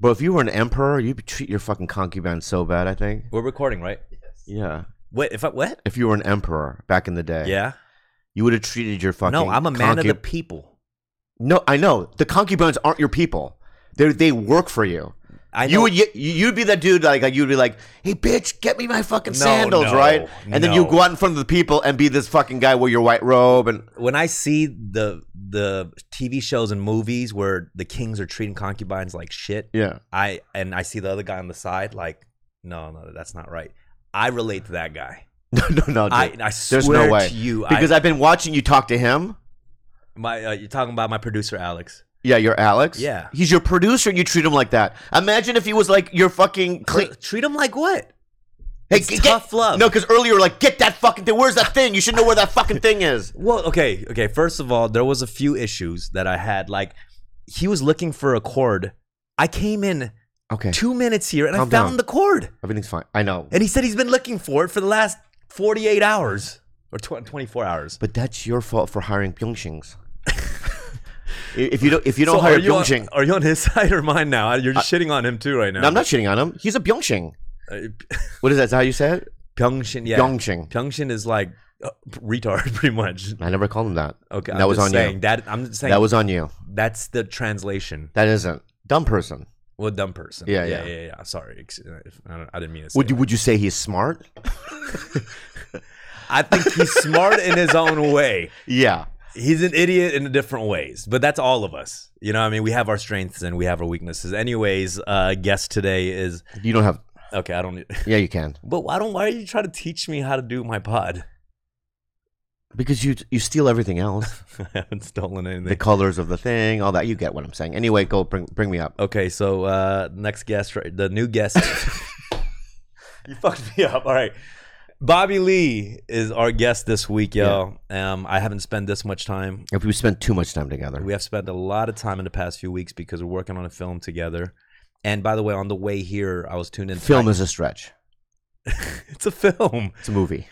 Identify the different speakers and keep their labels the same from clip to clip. Speaker 1: But if you were an emperor, you'd treat your fucking concubine so bad. I think.
Speaker 2: We're recording, right?
Speaker 1: Yeah.
Speaker 2: Wait, if I what?
Speaker 1: If you were an emperor back in the day,
Speaker 2: Yeah.
Speaker 1: you would have treated your fucking.
Speaker 2: No, I'm a man of the
Speaker 1: concu-
Speaker 2: people.
Speaker 1: No, I know the concubines aren't your people. They they work for you.
Speaker 2: I
Speaker 1: you
Speaker 2: know-
Speaker 1: would you- you'd be that dude like, like you'd be like, hey bitch, get me my fucking
Speaker 2: No,
Speaker 1: sandals,
Speaker 2: no,
Speaker 1: right? And then you
Speaker 2: no.
Speaker 1: go out in front of the people and be this fucking guy with your white robe and
Speaker 2: When I see the the TV shows and movies where the kings are treating concubines like shit,
Speaker 1: yeah.
Speaker 2: I and I see the other guy on the side like, no, no, that's not right. I relate to that guy.
Speaker 1: No, no, no. Dude.
Speaker 2: I, I swear
Speaker 1: There's no way
Speaker 2: to you,
Speaker 1: because
Speaker 2: I,
Speaker 1: I, have been watching you talk to him.
Speaker 2: my uh, you're talking about my producer Alex.
Speaker 1: Yeah, you're Alex.
Speaker 2: Yeah.
Speaker 1: he's your producer. and You treat him like that. Imagine if he was like your fucking clean.
Speaker 2: Treat him like what?
Speaker 1: Hey,
Speaker 2: It's tough love.
Speaker 1: No, because earlier, we're like, get that fucking thing. Where's that thing? You should know where that fucking thing is.
Speaker 2: Well, okay, okay. First of all, there was a few issues that I had. Like, he was looking for a chord. I came in
Speaker 1: Okay,
Speaker 2: two minutes here and
Speaker 1: Calm
Speaker 2: I found
Speaker 1: down.
Speaker 2: the chord.
Speaker 1: everything's fine. I know,
Speaker 2: And he said he's been looking for it for the last 48 hours or tw- 24 hours.
Speaker 1: but that's your fault for hiring Pyeongchings. if you don't, if you don't
Speaker 2: So
Speaker 1: hire
Speaker 2: are, you on,
Speaker 1: Pyeongching,
Speaker 2: are you on his side or mine now? You're just shitting on him too right now.
Speaker 1: no, I'm not shitting on him. He's a Pyeongching.
Speaker 2: Uh,
Speaker 1: What is that? Is that how you say it?
Speaker 2: Pyeongchang, yeah.
Speaker 1: Pyeongchang.
Speaker 2: Pyeongchang is like uh, retard, pretty much.
Speaker 1: I never called him that.
Speaker 2: Okay,
Speaker 1: that
Speaker 2: I'm
Speaker 1: was
Speaker 2: just
Speaker 1: on
Speaker 2: saying,
Speaker 1: you.
Speaker 2: That I'm just saying
Speaker 1: That was on you.
Speaker 2: that's the translation.
Speaker 1: That isn't dumb person.
Speaker 2: Well, dumb person.
Speaker 1: Yeah,
Speaker 2: yeah,
Speaker 1: yeah.
Speaker 2: yeah. yeah. Sorry, Ex- I, don't, I didn't mean to. Say
Speaker 1: Would you
Speaker 2: that.
Speaker 1: would you say he's smart?
Speaker 2: I think he's smart in his own way.
Speaker 1: Yeah.
Speaker 2: He's an idiot in different ways, but that's all of us. You know, what I mean, we have our strengths and we have our weaknesses. Anyways, uh, guest today is
Speaker 1: You don't have.
Speaker 2: okay. I don't. need-
Speaker 1: Yeah, you can
Speaker 2: But why don't? Why are you trying to teach me how to do my pod?
Speaker 1: because you you steal everything else.
Speaker 2: I haven't stolen
Speaker 1: the
Speaker 2: anything.
Speaker 1: colors of the thing, all that. You get what I'm saying. Anyway, go bring bring me up.
Speaker 2: Okay, so uh, next guest, right? The new guest. you fucked me up. All right. Bobby Lee is our guest this week, y'all. Um, I haven't spent this much time
Speaker 1: If we spend too much time together,
Speaker 2: We have spent a lot of time in the past few weeks because we're working on a film together. And by the way, on the way here, I was tuned in.
Speaker 1: film is a stretch.
Speaker 2: it's a film.
Speaker 1: It's a movie.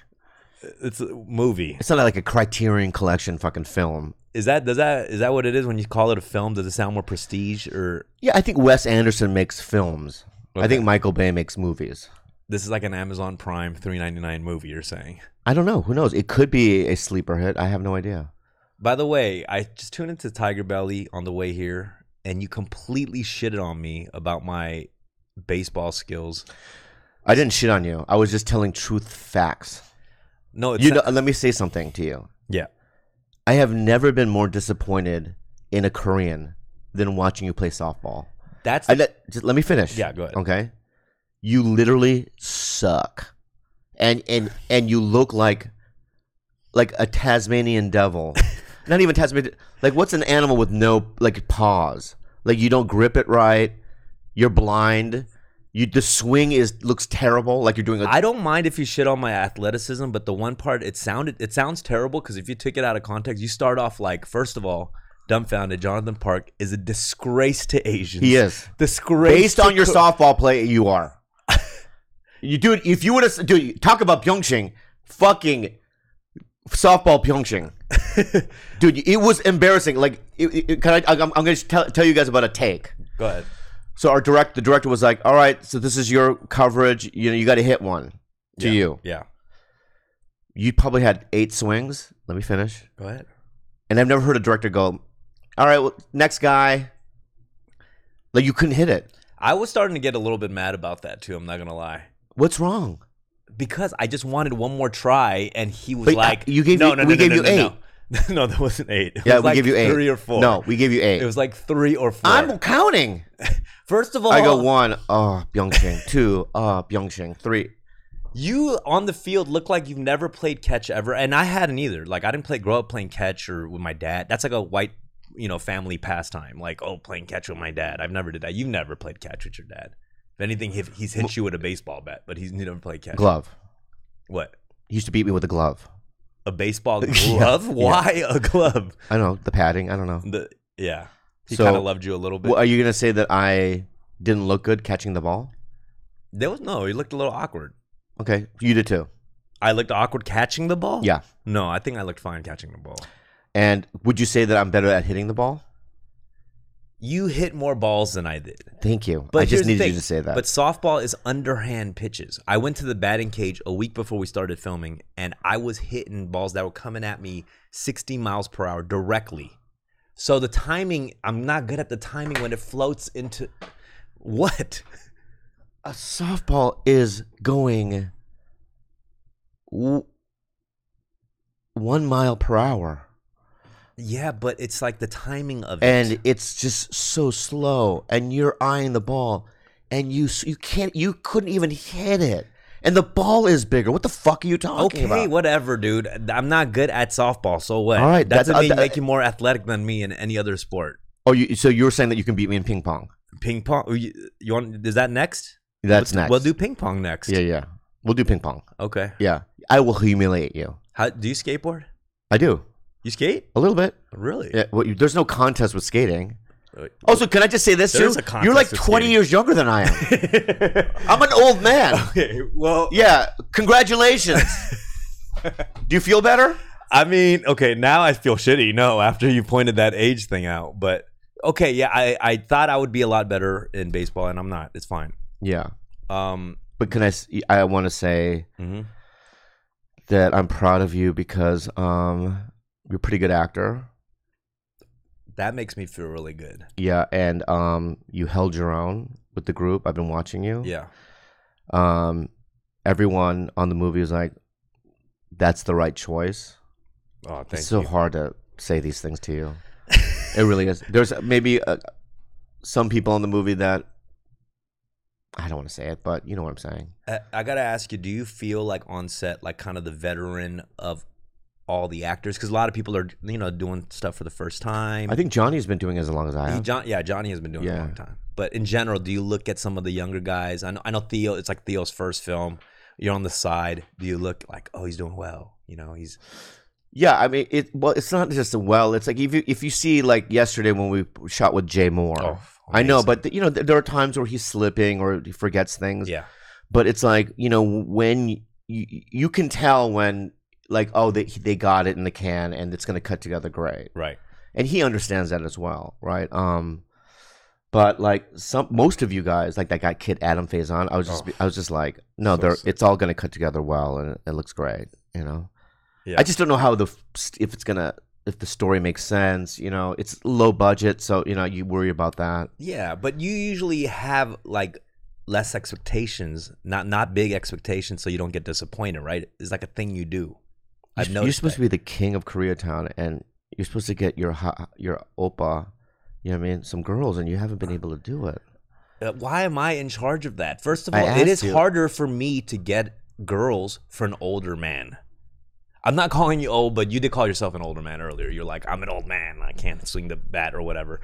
Speaker 2: It's a movie.
Speaker 1: It's not like a Criterion Collection fucking film.
Speaker 2: Is that does that is that what it is when you call it a film? Does it sound more prestige or
Speaker 1: Yeah, I think Wes Anderson makes films. I
Speaker 2: Okay.
Speaker 1: think Michael Bay makes movies.
Speaker 2: this is like an Amazon Prime three ninety nine movie? You're saying.
Speaker 1: I don't know. Who knows? It could be a sleeper hit. I have no idea.
Speaker 2: By the way, I just tuned into Tiger Belly on the way here, and you completely shitted on me about my baseball skills.
Speaker 1: I didn't shit on you. I was just telling truth facts.
Speaker 2: No, it's
Speaker 1: You know, uh,
Speaker 2: not-
Speaker 1: let me say something to you.
Speaker 2: yeah.
Speaker 1: I have never been more disappointed in a Korean than watching you play softball.
Speaker 2: That's
Speaker 1: I let, just let me finish.
Speaker 2: Yeah, go ahead.
Speaker 1: Okay. You literally suck. And and and you look like like a Tasmanian devil. Not even Tasmanian. Like what's an animal with no like paws? Like you don't grip it right. You're blind. You the swing is looks terrible. Like you're doing a
Speaker 2: I don't mind if you shit on my athleticism, but the one part it sounded it sounds terrible because if you took it out of context, you start off like first of all, dumbfounded. Jonathan Park is a disgrace to Asians.
Speaker 1: He is.
Speaker 2: disgrace
Speaker 1: based
Speaker 2: to
Speaker 1: on your
Speaker 2: co-
Speaker 1: softball play. You are. you dude. If you would have dude, talk about Pyeongchang, fucking softball Pyeongchang. dude, it was embarrassing. Like, it, it- it- can I? I'm, I'm going to tell, tell you guys about a take.
Speaker 2: Go ahead.
Speaker 1: So our direct, the director was like, "All right, so this is your coverage. You know, you got to hit one to
Speaker 2: Yeah.
Speaker 1: you.
Speaker 2: Yeah.
Speaker 1: You probably had eight swings. Let me finish.
Speaker 2: Go ahead.
Speaker 1: And I've never heard a director go, "All right, well, next guy." Like you couldn't hit it.
Speaker 2: I was starting to get a little bit mad about that too, I'm not gonna lie.
Speaker 1: What's wrong?
Speaker 2: Because I just wanted one more try and he was
Speaker 1: But, uh,
Speaker 2: like
Speaker 1: you gave
Speaker 2: no,
Speaker 1: me-
Speaker 2: no, no,
Speaker 1: we
Speaker 2: no,
Speaker 1: gave
Speaker 2: no,
Speaker 1: you
Speaker 2: no, no." No, that wasn't eight. It
Speaker 1: Yeah,
Speaker 2: was
Speaker 1: we
Speaker 2: like
Speaker 1: give you eight.
Speaker 2: Three or four.
Speaker 1: No, we give you eight.
Speaker 2: It was like three or 4
Speaker 1: I'm counting.
Speaker 2: First of all,
Speaker 1: I go one, oh Pyeongchang, two, oh Pyeongchang, three.
Speaker 2: You on the field look like you've never played catch ever, and I hadn't either. Like I didn't play grow up playing catch or with my dad. That's like a white you know, family pastime, like oh, playing catch with my dad. I've never did that. You've never played catch with your dad. If anything, he- he's hit you with a baseball bat, but he's never played catch.
Speaker 1: Glove.
Speaker 2: What?
Speaker 1: He used to beat me with a glove.
Speaker 2: A baseball
Speaker 1: Yeah,
Speaker 2: glove?
Speaker 1: yeah.
Speaker 2: Why a glove?
Speaker 1: I don't know the padding. I don't know.
Speaker 2: The, yeah, he
Speaker 1: So-
Speaker 2: kind of loved you a little bit.
Speaker 1: Well, are you gonna say that I didn't look good catching the ball?
Speaker 2: there was no. He looked a little awkward.
Speaker 1: Okay, you did too.
Speaker 2: I looked awkward catching the ball.
Speaker 1: Yeah.
Speaker 2: No, I think I looked fine catching the ball.
Speaker 1: And would you say that I'm better at hitting the ball?
Speaker 2: You hit more balls than I did.
Speaker 1: Thank you.
Speaker 2: But
Speaker 1: I
Speaker 2: here's
Speaker 1: just
Speaker 2: the
Speaker 1: needed you
Speaker 2: thing.
Speaker 1: to say that.
Speaker 2: But softball is underhand pitches. I went to the batting cage a week before we started filming, and I was hitting balls that were coming at me 60 miles per hour directly. So the timing, I'm not good at the timing when it floats into what?
Speaker 1: a softball is going w- one mile per hour,
Speaker 2: Yeah, but it's like the timing of
Speaker 1: and
Speaker 2: it.
Speaker 1: it's just so slow. And you're eyeing the ball, and you s- you can't you couldn't even hit it. And the ball is bigger. What the fuck are you talking
Speaker 2: Okay,
Speaker 1: about?
Speaker 2: whatever, dude. I'm not good at softball, so what?
Speaker 1: All right,
Speaker 2: that
Speaker 1: that's-
Speaker 2: doesn't mean
Speaker 1: uh,
Speaker 2: make you more athletic than me in any other sport.
Speaker 1: Oh, you, so you were saying that you can beat me in ping pong?
Speaker 2: Ping pong. You, you want? Is that next?
Speaker 1: That's next.
Speaker 2: We'll do ping pong next.
Speaker 1: Yeah, yeah. We'll do ping pong.
Speaker 2: Okay.
Speaker 1: Yeah, I will humiliate you.
Speaker 2: How do you skateboard?
Speaker 1: I do
Speaker 2: You skate?
Speaker 1: a little bit.
Speaker 2: Really?
Speaker 1: Yeah, well, you, there's no contest with skating.
Speaker 2: Uh,
Speaker 1: Also, can I just say this
Speaker 2: There
Speaker 1: too?
Speaker 2: is a contest
Speaker 1: You're like
Speaker 2: with
Speaker 1: 20
Speaker 2: skating.
Speaker 1: years younger than I am. I'm an old man.
Speaker 2: okay. Well,
Speaker 1: Yeah, congratulations. do you feel better?
Speaker 2: I mean, okay, now I feel shitty. No, after you pointed that age thing out, but okay, yeah, I I thought I would be a lot better in baseball, and I'm not. It's fine.
Speaker 1: Yeah,
Speaker 2: Um.
Speaker 1: but can I? s- I want to say
Speaker 2: mhm.
Speaker 1: that I'm proud of you because um, you're a pretty good actor.
Speaker 2: That makes me feel really good.
Speaker 1: Yeah, and um, you held your own with the group. I've been watching you.
Speaker 2: Yeah.
Speaker 1: Um, everyone on the movie was like, "That's the right choice."
Speaker 2: Oh, thank
Speaker 1: it's so
Speaker 2: you.
Speaker 1: hard to say these things to you. it really is. There's maybe uh, some people in the movie that I don't want to say it, but you know what I'm saying.
Speaker 2: I, I gotta ask you, do you feel like on set, like kind of the veteran of all the actors? Because a lot of people are, you know, doing stuff for the first time.
Speaker 1: I think Johnny's been doing it as long as I
Speaker 2: He-
Speaker 1: have.
Speaker 2: John, yeah, Johnny has been doing it a
Speaker 1: Yeah.
Speaker 2: long time. But in general, do you look at some of the younger guys? I know, I know Theo. It's like Theo's first film. You're on the side. Do you look like, oh, he's doing well? You know, he's
Speaker 1: yeah, I mean, it. Well, it's not just a well. It's like if you if you see like yesterday when we shot with Jay Moore.
Speaker 2: Oh,
Speaker 1: I know,
Speaker 2: amazing.
Speaker 1: but you know, th- there are times where he's slipping or he forgets things.
Speaker 2: yeah,
Speaker 1: but it's like you know when you you can tell when like oh they they got it in the can and it's gonna cut together great.
Speaker 2: right.
Speaker 1: and he understands that as well, right? Um, but like some most of you guys, like that guy Kid Adam Faison, I was just
Speaker 2: Oh.
Speaker 1: I was just like, no,
Speaker 2: So
Speaker 1: they're
Speaker 2: sick.
Speaker 1: it's all gonna cut together well and it looks great, you know.
Speaker 2: Yeah.
Speaker 1: I just don't know how the f- st- if it's gonna if the story makes sense, you know. It's low budget, so you know you worry about that.
Speaker 2: Yeah, but you usually have like less expectations, not not big expectations, so you don't get disappointed, right? It's like a thing you do. I've
Speaker 1: You're, you're
Speaker 2: noticed.
Speaker 1: supposed to be the king of Koreatown, and you're supposed to get your ha- your opa, you know what I mean, some girls, and you haven't been able to do it.
Speaker 2: Uh, why am I in charge of that? First of
Speaker 1: I
Speaker 2: all, it is
Speaker 1: asked you.
Speaker 2: harder for me to get girls for an older man. I'm not calling you old, but you did call yourself an older man earlier. You're like, I'm an old man. I can't swing the bat or whatever.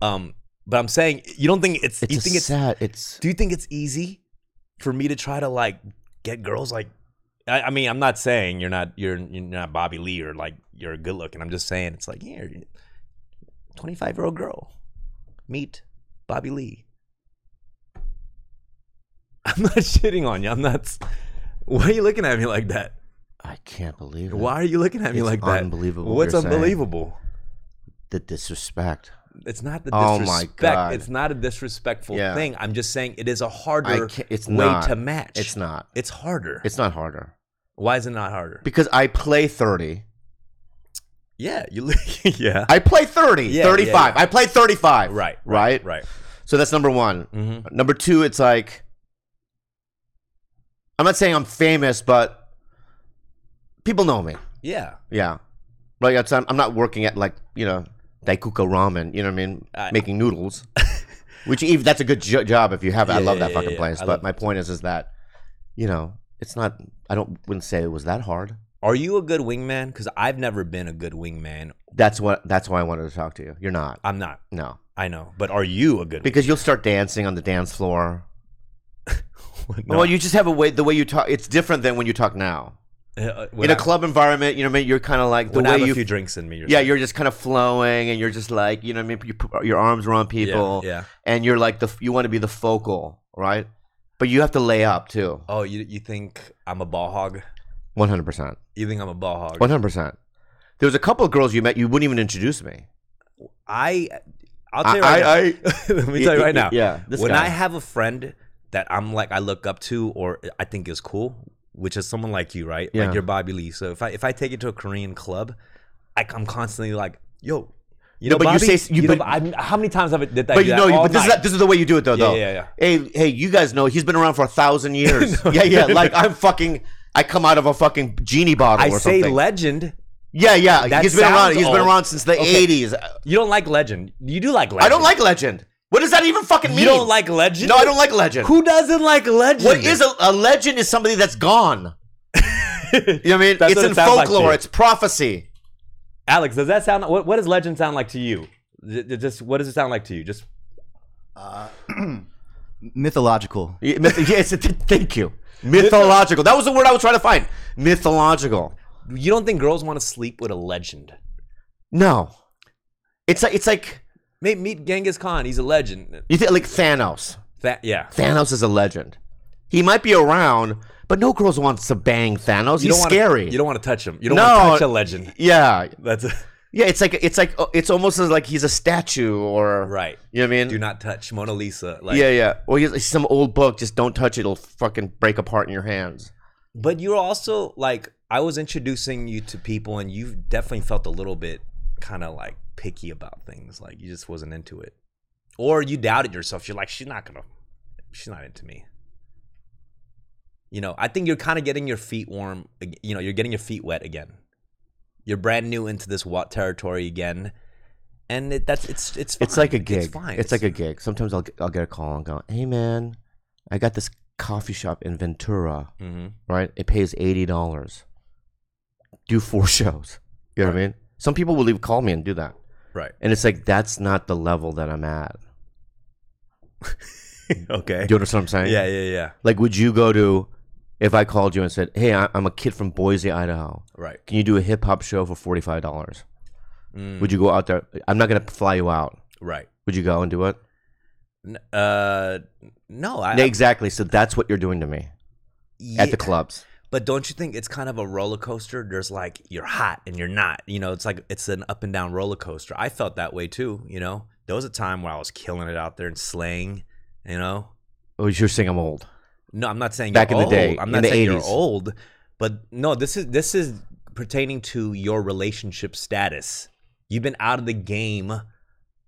Speaker 2: Um, but I'm saying you don't think it's,
Speaker 1: It's
Speaker 2: you
Speaker 1: a
Speaker 2: think it's
Speaker 1: sad. It's
Speaker 2: do you think it's easy for me to try to like get girls like I, I mean, I'm not saying you're not you're you're not Bobby Lee or like you're good looking. I'm just saying it's like yeah, twenty five year old girl, meet Bobby Lee. I'm not shitting on you. I'm not. Why are you looking at me like that?
Speaker 1: I can't believe it.
Speaker 2: Why are you looking at me
Speaker 1: It's
Speaker 2: like that?
Speaker 1: unbelievable what
Speaker 2: What's
Speaker 1: you're saying.
Speaker 2: unbelievable?
Speaker 1: the disrespect.
Speaker 2: It's not the
Speaker 1: Oh
Speaker 2: disrespect.
Speaker 1: my God.
Speaker 2: It's not a disrespectful
Speaker 1: Yeah.
Speaker 2: thing. I'm just saying it is a
Speaker 1: I
Speaker 2: harder
Speaker 1: can't, it's
Speaker 2: way
Speaker 1: not.
Speaker 2: to match.
Speaker 1: It's not.
Speaker 2: It's harder.
Speaker 1: It's not harder
Speaker 2: Why is it not harder?
Speaker 1: because I play thirty.
Speaker 2: yeah, you. yeah.
Speaker 1: I play 30,
Speaker 2: Yeah, yeah,
Speaker 1: 35.
Speaker 2: yeah.
Speaker 1: I play 35.
Speaker 2: Right.
Speaker 1: Right?
Speaker 2: Right.
Speaker 1: So that's number one.
Speaker 2: hmm
Speaker 1: Number two, it's like, I'm not saying I'm famous, but people know me.
Speaker 2: Yeah.
Speaker 1: Yeah. Like, it's, I'm I'm not working at, like, you know, Daikuka ramen, you know what I mean?
Speaker 2: I-
Speaker 1: Making noodles. Which, even, that's a good jo- job if you have it. I
Speaker 2: Yeah,
Speaker 1: love
Speaker 2: yeah,
Speaker 1: that
Speaker 2: yeah,
Speaker 1: fucking
Speaker 2: yeah.
Speaker 1: place.
Speaker 2: I
Speaker 1: but
Speaker 2: love
Speaker 1: my
Speaker 2: it,
Speaker 1: point is, is that, you know, it's not, I don't, wouldn't say it was that hard.
Speaker 2: Are you a good wingman? Because I've never been a good wingman.
Speaker 1: That's what. That's why I wanted to talk to you. You're not.
Speaker 2: I'm not.
Speaker 1: No,
Speaker 2: I know. But are you a good
Speaker 1: because you'll start dancing on the dance floor.
Speaker 2: wingman?
Speaker 1: Well, you just have a way. The way you talk, it's different than when you talk now.
Speaker 2: Uh,
Speaker 1: in
Speaker 2: when
Speaker 1: a
Speaker 2: I-
Speaker 1: club environment, you know, what I mean, you're kind of like the
Speaker 2: when I
Speaker 1: way
Speaker 2: have a
Speaker 1: you.
Speaker 2: few drinks in me. You're
Speaker 1: yeah, you're just kind of flowing, and you're just like, you know, what I mean, you put your arms around
Speaker 2: yeah,
Speaker 1: people,
Speaker 2: Yeah,
Speaker 1: and you're like the you want to be the focal, right? But you have to lay up too.
Speaker 2: Oh, you you think I'm a ball hog?
Speaker 1: One hundred percent.
Speaker 2: You think I'm a ball hog?
Speaker 1: One hundred percent. There was a couple of girls you met. You wouldn't even introduce me.
Speaker 2: I I'll tell you right now. Let me tell you right now.
Speaker 1: Yeah. This
Speaker 2: when
Speaker 1: guy.
Speaker 2: I have a friend that I'm like I look up to or I think is cool, which is someone like you, right?
Speaker 1: Yeah.
Speaker 2: Like you're Bobby Lee. So if I if I take it to a Korean club, I, I'm constantly like, yo, you
Speaker 1: No,
Speaker 2: know,
Speaker 1: but you
Speaker 2: Bobby,
Speaker 1: say s- you-
Speaker 2: you know,
Speaker 1: but-
Speaker 2: I'm- how many times have I did that?
Speaker 1: but you know,
Speaker 2: that all
Speaker 1: but this is
Speaker 2: night?
Speaker 1: not, this is the way you do it though.
Speaker 2: Yeah,
Speaker 1: though.
Speaker 2: yeah, yeah.
Speaker 1: Hey, hey, you guys know he's been around for a thousand years. yeah, yeah. Like I'm fucking. I come out of a fucking genie bottle
Speaker 2: I
Speaker 1: or
Speaker 2: say
Speaker 1: something.
Speaker 2: legend.
Speaker 1: yeah, yeah.
Speaker 2: That
Speaker 1: he's been around.
Speaker 2: sounds
Speaker 1: He's been
Speaker 2: old.
Speaker 1: around since the
Speaker 2: Okay.
Speaker 1: '80s.
Speaker 2: You don't like legend. You do like legend.
Speaker 1: I don't like legend. What does that even fucking mean?
Speaker 2: You don't like legend.
Speaker 1: No, I don't like legend.
Speaker 2: Who doesn't like legend?
Speaker 1: What is a, a legend? Is somebody that's gone. you know what I mean?
Speaker 2: That's
Speaker 1: it's
Speaker 2: what
Speaker 1: in
Speaker 2: it sounds like to
Speaker 1: folklore.
Speaker 2: you.
Speaker 1: it's prophecy.
Speaker 2: Alex? Does that sound? What, what does legend sound like to you? Th- th- Just what does it sound like to you? Just
Speaker 3: Mythological.
Speaker 1: Yeah, myth- yes, it- thank you. Mythological. That was the word I was trying to find. Mythological.
Speaker 2: you don't think girls want to sleep with a legend?
Speaker 1: No, it's like it's like
Speaker 2: Meet, meet Genghis Khan. He's a legend.
Speaker 1: you think like Thanos.
Speaker 2: That yeah.
Speaker 1: Thanos is a legend. He might be around, but no girls wants to bang Thanos.
Speaker 2: You
Speaker 1: He's
Speaker 2: don't
Speaker 1: scary.
Speaker 2: Wanna, you don't want to touch him. You don't
Speaker 1: No.
Speaker 2: want to touch a legend.
Speaker 1: yeah,
Speaker 2: That's a,
Speaker 1: yeah. It's like it's like oh, it's almost as like he's a statue or
Speaker 2: right.
Speaker 1: You know what I mean?
Speaker 2: Do not touch Mona Lisa. Like,
Speaker 1: yeah, yeah. Or he's like some old book. Just don't touch it. It'll fucking break apart in your hands.
Speaker 2: But you're also like I was introducing you to people, and you definitely felt a little bit kind of like picky about things. Like you just wasn't into it, or you doubted yourself. You're like, she's not gonna, she's not into me. You know, I think you're kind of getting your feet warm. ag- You know, you're getting your feet wet again. You're brand new into this what territory again, and it, that's it's it's
Speaker 1: It's
Speaker 2: fine.
Speaker 1: like a gig.
Speaker 2: It's fine.
Speaker 1: like a gig. Sometimes I'll I'll get a call and go, "Hey man, I got this coffee shop in Ventura.
Speaker 2: hmm
Speaker 1: Right? It pays eighty dollars. Do four shows. You know what I mean? Some people will even call me and do that,
Speaker 2: right.
Speaker 1: and it's like that's not the level that I'm at.
Speaker 2: okay.
Speaker 1: Do you understand what I'm saying?
Speaker 2: Yeah, yeah, yeah.
Speaker 1: Like, would you go to if I called you and said, "Hey, I- I'm a kid from Boise, Idaho.
Speaker 2: Right.
Speaker 1: Can you do a hip hop show for forty five dollars? Would you go out there? I'm not gonna fly you out.
Speaker 2: Mm, Right.
Speaker 1: Would you go and do it?
Speaker 2: N- Uh, no, I,
Speaker 1: Yeah, exactly. So that's what you're doing to me at
Speaker 2: Yeah,
Speaker 1: the clubs.
Speaker 2: But don't you think it's kind of a roller coaster? There's like you're hot and you're not. You know, it's like it's an up and down roller coaster. I felt that way too. You know, there was a time where I was killing it out there and slaying. You know,
Speaker 1: Oh, you're saying I'm old.
Speaker 2: no, I'm not saying
Speaker 1: Back in
Speaker 2: you're
Speaker 1: the
Speaker 2: old.
Speaker 1: day,
Speaker 2: I'm
Speaker 1: in
Speaker 2: not
Speaker 1: the
Speaker 2: saying
Speaker 1: 80s.
Speaker 2: you're old, but no, this is this is pertaining to your relationship status. You've been out of the game.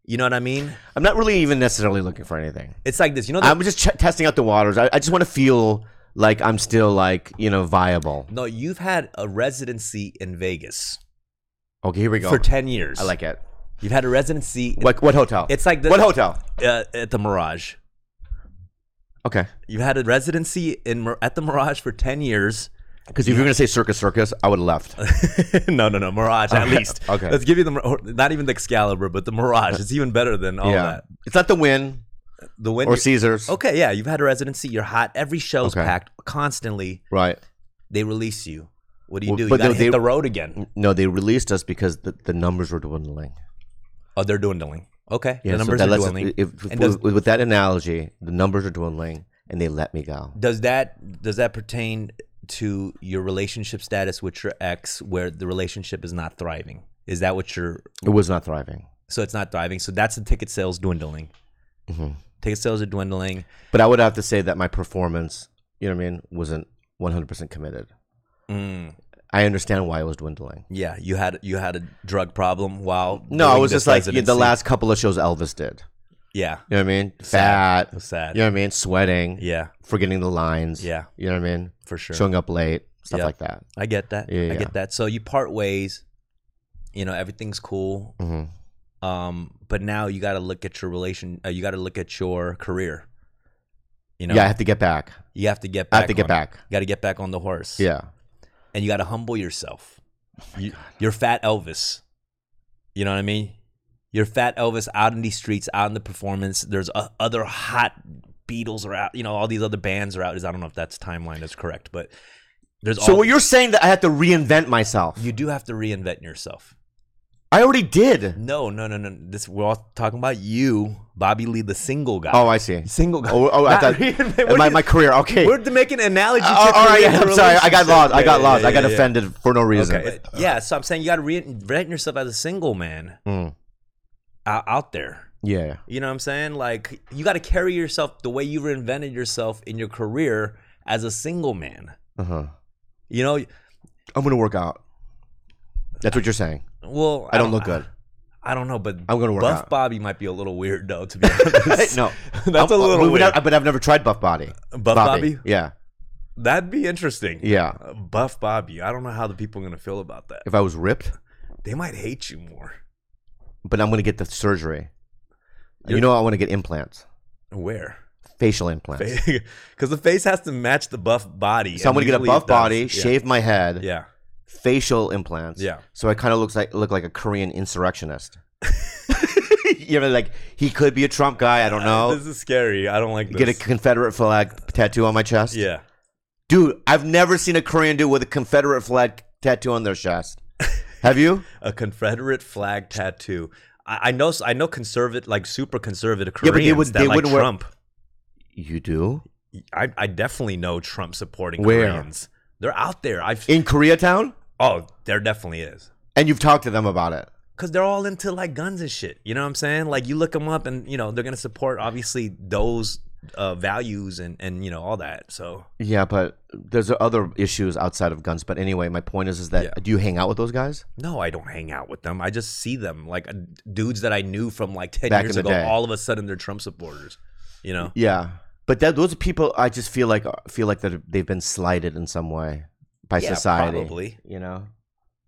Speaker 2: You know what I mean?
Speaker 1: I'm not really even necessarily looking for anything.
Speaker 2: It's like this. You know, the,
Speaker 1: I'm just ch- testing out the waters. I, I just want to feel like I'm still like you know viable.
Speaker 2: no, you've had a residency in Vegas
Speaker 1: Okay, here we go.
Speaker 2: for ten years.
Speaker 1: I like it.
Speaker 2: You've had a residency. in-
Speaker 1: What what hotel?
Speaker 2: It's like the,
Speaker 1: what hotel?
Speaker 2: uh, at the Mirage.
Speaker 1: Okay,
Speaker 2: You had a residency in Mir- at the Mirage for ten years.
Speaker 1: because if you were gonna say Circus Circus, I would have left.
Speaker 2: no, no, no, Mirage at
Speaker 1: Okay,
Speaker 2: least.
Speaker 1: okay.
Speaker 2: let's give you the Mir- or not even the Excalibur, but the Mirage. It's even better than all
Speaker 1: yeah,
Speaker 2: that.
Speaker 1: it's not the Win
Speaker 2: The Win.
Speaker 1: or Caesars.
Speaker 2: okay, yeah, you've had a residency. You're hot. Every show's
Speaker 1: Okay.
Speaker 2: packed constantly.
Speaker 1: Right.
Speaker 2: They release you. What do you
Speaker 1: Well,
Speaker 2: do?
Speaker 1: but
Speaker 2: you gotta
Speaker 1: they-
Speaker 2: hit
Speaker 1: they-
Speaker 2: the road again.
Speaker 1: No, they released us because the, the numbers were dwindling.
Speaker 2: Oh, they're dwindling. Okay,
Speaker 1: Yeah, so
Speaker 2: the numbers
Speaker 1: that
Speaker 2: are
Speaker 1: lets-
Speaker 2: dwindling.
Speaker 1: if- if-
Speaker 2: And does-
Speaker 1: with, with that analogy, the numbers are dwindling, and they let me go.
Speaker 2: does that does that pertain to your relationship status with your ex, where the relationship is not thriving? Is that what you're
Speaker 1: It was not thriving.
Speaker 2: so it's not thriving. So that's the ticket sales dwindling.
Speaker 1: Mm-hmm.
Speaker 2: Ticket sales are dwindling.
Speaker 1: But I would have to say that my performance, you know what I mean, wasn't 100% committed. I understand why it was dwindling.
Speaker 2: Yeah, you had you had a drug problem while
Speaker 1: No, I
Speaker 2: doing
Speaker 1: was
Speaker 2: this
Speaker 1: just like yeah, the
Speaker 2: residency.
Speaker 1: last couple of shows Elvis did.
Speaker 2: Yeah,
Speaker 1: You know what I mean?
Speaker 2: Sad.
Speaker 1: Fat.
Speaker 2: It was sad.
Speaker 1: You know what I mean? Sweating.
Speaker 2: yeah,
Speaker 1: Forgetting the lines.
Speaker 2: Yeah.
Speaker 1: You know what I mean?
Speaker 2: for sure.
Speaker 1: Showing up late. Stuff
Speaker 2: Yeah.
Speaker 1: like that.
Speaker 2: I get that.
Speaker 1: Yeah,
Speaker 2: I
Speaker 1: yeah.
Speaker 2: get that. So you part ways. You know everything's cool,
Speaker 1: hmm
Speaker 2: um, but now you got to look at your relation. Uh, you got to look at your career. You know,
Speaker 1: Yeah, I have to get back.
Speaker 2: you have to get. Back
Speaker 1: I have to get
Speaker 2: on-
Speaker 1: back.
Speaker 2: You got to get back on the horse.
Speaker 1: Yeah. Oh
Speaker 2: and you got to humble yourself. you, you're fat Elvis. You know what I mean? You're fat Elvis out in these streets, out in the performance. There's o- other hot Beatles are out. You know, all these other bands are out. Is I don't know if that's timeline is correct, but there's
Speaker 1: So
Speaker 2: all
Speaker 1: what you're saying that I have to reinvent myself?
Speaker 2: you do have to reinvent yourself.
Speaker 1: I already did.
Speaker 2: No, no, no, no. This we're all talking about you, Bobby Lee, the single guy.
Speaker 1: Oh, I see.
Speaker 2: single guy.
Speaker 1: Oh, oh I
Speaker 2: Not
Speaker 1: thought
Speaker 2: reinvent- what
Speaker 1: my,
Speaker 2: do you-
Speaker 1: my career. Okay.
Speaker 2: We're making an analogy.
Speaker 1: Uh,
Speaker 2: to
Speaker 1: all right.
Speaker 2: create a
Speaker 1: I'm sorry. I got
Speaker 2: relationship.
Speaker 1: lost. I got
Speaker 2: Yeah,
Speaker 1: lost.
Speaker 2: yeah,
Speaker 1: I got
Speaker 2: yeah, yeah.
Speaker 1: offended for no reason.
Speaker 2: Okay. Yeah. So I'm saying you got to reinvent yourself as a single man
Speaker 1: Mm.
Speaker 2: out, out there.
Speaker 1: Yeah.
Speaker 2: You know what I'm saying? Like you got to carry yourself the way you reinvented yourself in your career as a single man.
Speaker 1: Uh huh.
Speaker 2: You know,
Speaker 1: I'm gonna work out. That's what you're saying.
Speaker 2: well,
Speaker 1: I don't look good.
Speaker 2: I, don't know, but
Speaker 1: I'm gonna work
Speaker 2: Buff
Speaker 1: out.
Speaker 2: Bobby might be a little weird though. To be honest,
Speaker 1: no,
Speaker 2: that's a
Speaker 1: I'm-
Speaker 2: little
Speaker 1: but we-
Speaker 2: weird.
Speaker 1: But I've never tried Buff Body.
Speaker 2: Buff Bobby?
Speaker 1: Yeah.
Speaker 2: That'd be interesting.
Speaker 1: Yeah.
Speaker 2: Uh, Buff Bobby. I don't know how the people are gonna feel about that.
Speaker 1: If I was ripped,
Speaker 2: They might hate you more.
Speaker 1: but I'm gonna get the surgery. you
Speaker 2: You're-
Speaker 1: know, I want to get implants,
Speaker 2: Where?
Speaker 1: facial implants.
Speaker 2: Because the face has to match the buff body.
Speaker 1: so I'm gonna
Speaker 2: and
Speaker 1: get a
Speaker 2: usually it
Speaker 1: buff
Speaker 2: does.
Speaker 1: body,
Speaker 2: Yeah.
Speaker 1: shave my head,
Speaker 2: Yeah.
Speaker 1: facial implants.
Speaker 2: Yeah.
Speaker 1: So I kind of looks like look like a Korean insurrectionist. you know, like he could be a Trump guy. I don't know.
Speaker 2: This is scary. I don't like this.
Speaker 1: Get a Confederate flag tattoo on my chest.
Speaker 2: yeah.
Speaker 1: Dude, I've never seen a Korean dude with a Confederate flag tattoo on their chest. Have you?
Speaker 2: A Confederate flag tattoo. I, I know. I know. Conservative, like super conservative
Speaker 1: Yeah, but
Speaker 2: Koreans
Speaker 1: they would-
Speaker 2: that
Speaker 1: they
Speaker 2: like
Speaker 1: wouldn't wear-
Speaker 2: Trump.
Speaker 1: You do?
Speaker 2: I, I definitely know Trump supporting
Speaker 1: Where?
Speaker 2: Koreans. They're out there. I've.
Speaker 1: In Koreatown?
Speaker 2: oh, there definitely is.
Speaker 1: And you've talked to them about it.
Speaker 2: Cause they're all into like guns and shit. You know what I'm saying? Like you look them up, and you know they're gonna support obviously those uh, values and and you know all that. So
Speaker 1: Yeah, but there's other issues outside of guns. But anyway, my point is, is that
Speaker 2: Yeah.
Speaker 1: do you hang out with those guys?
Speaker 2: No, I don't hang out with them. I just see them like uh, dudes that I knew from like 10
Speaker 1: Back
Speaker 2: years
Speaker 1: in the
Speaker 2: ago.
Speaker 1: day.
Speaker 2: All of a sudden, they're Trump supporters. You know?
Speaker 1: Yeah, but that those are people I just feel like uh, feel like that they've been slighted in some way by
Speaker 2: Yeah,
Speaker 1: society.
Speaker 2: probably.
Speaker 1: you know.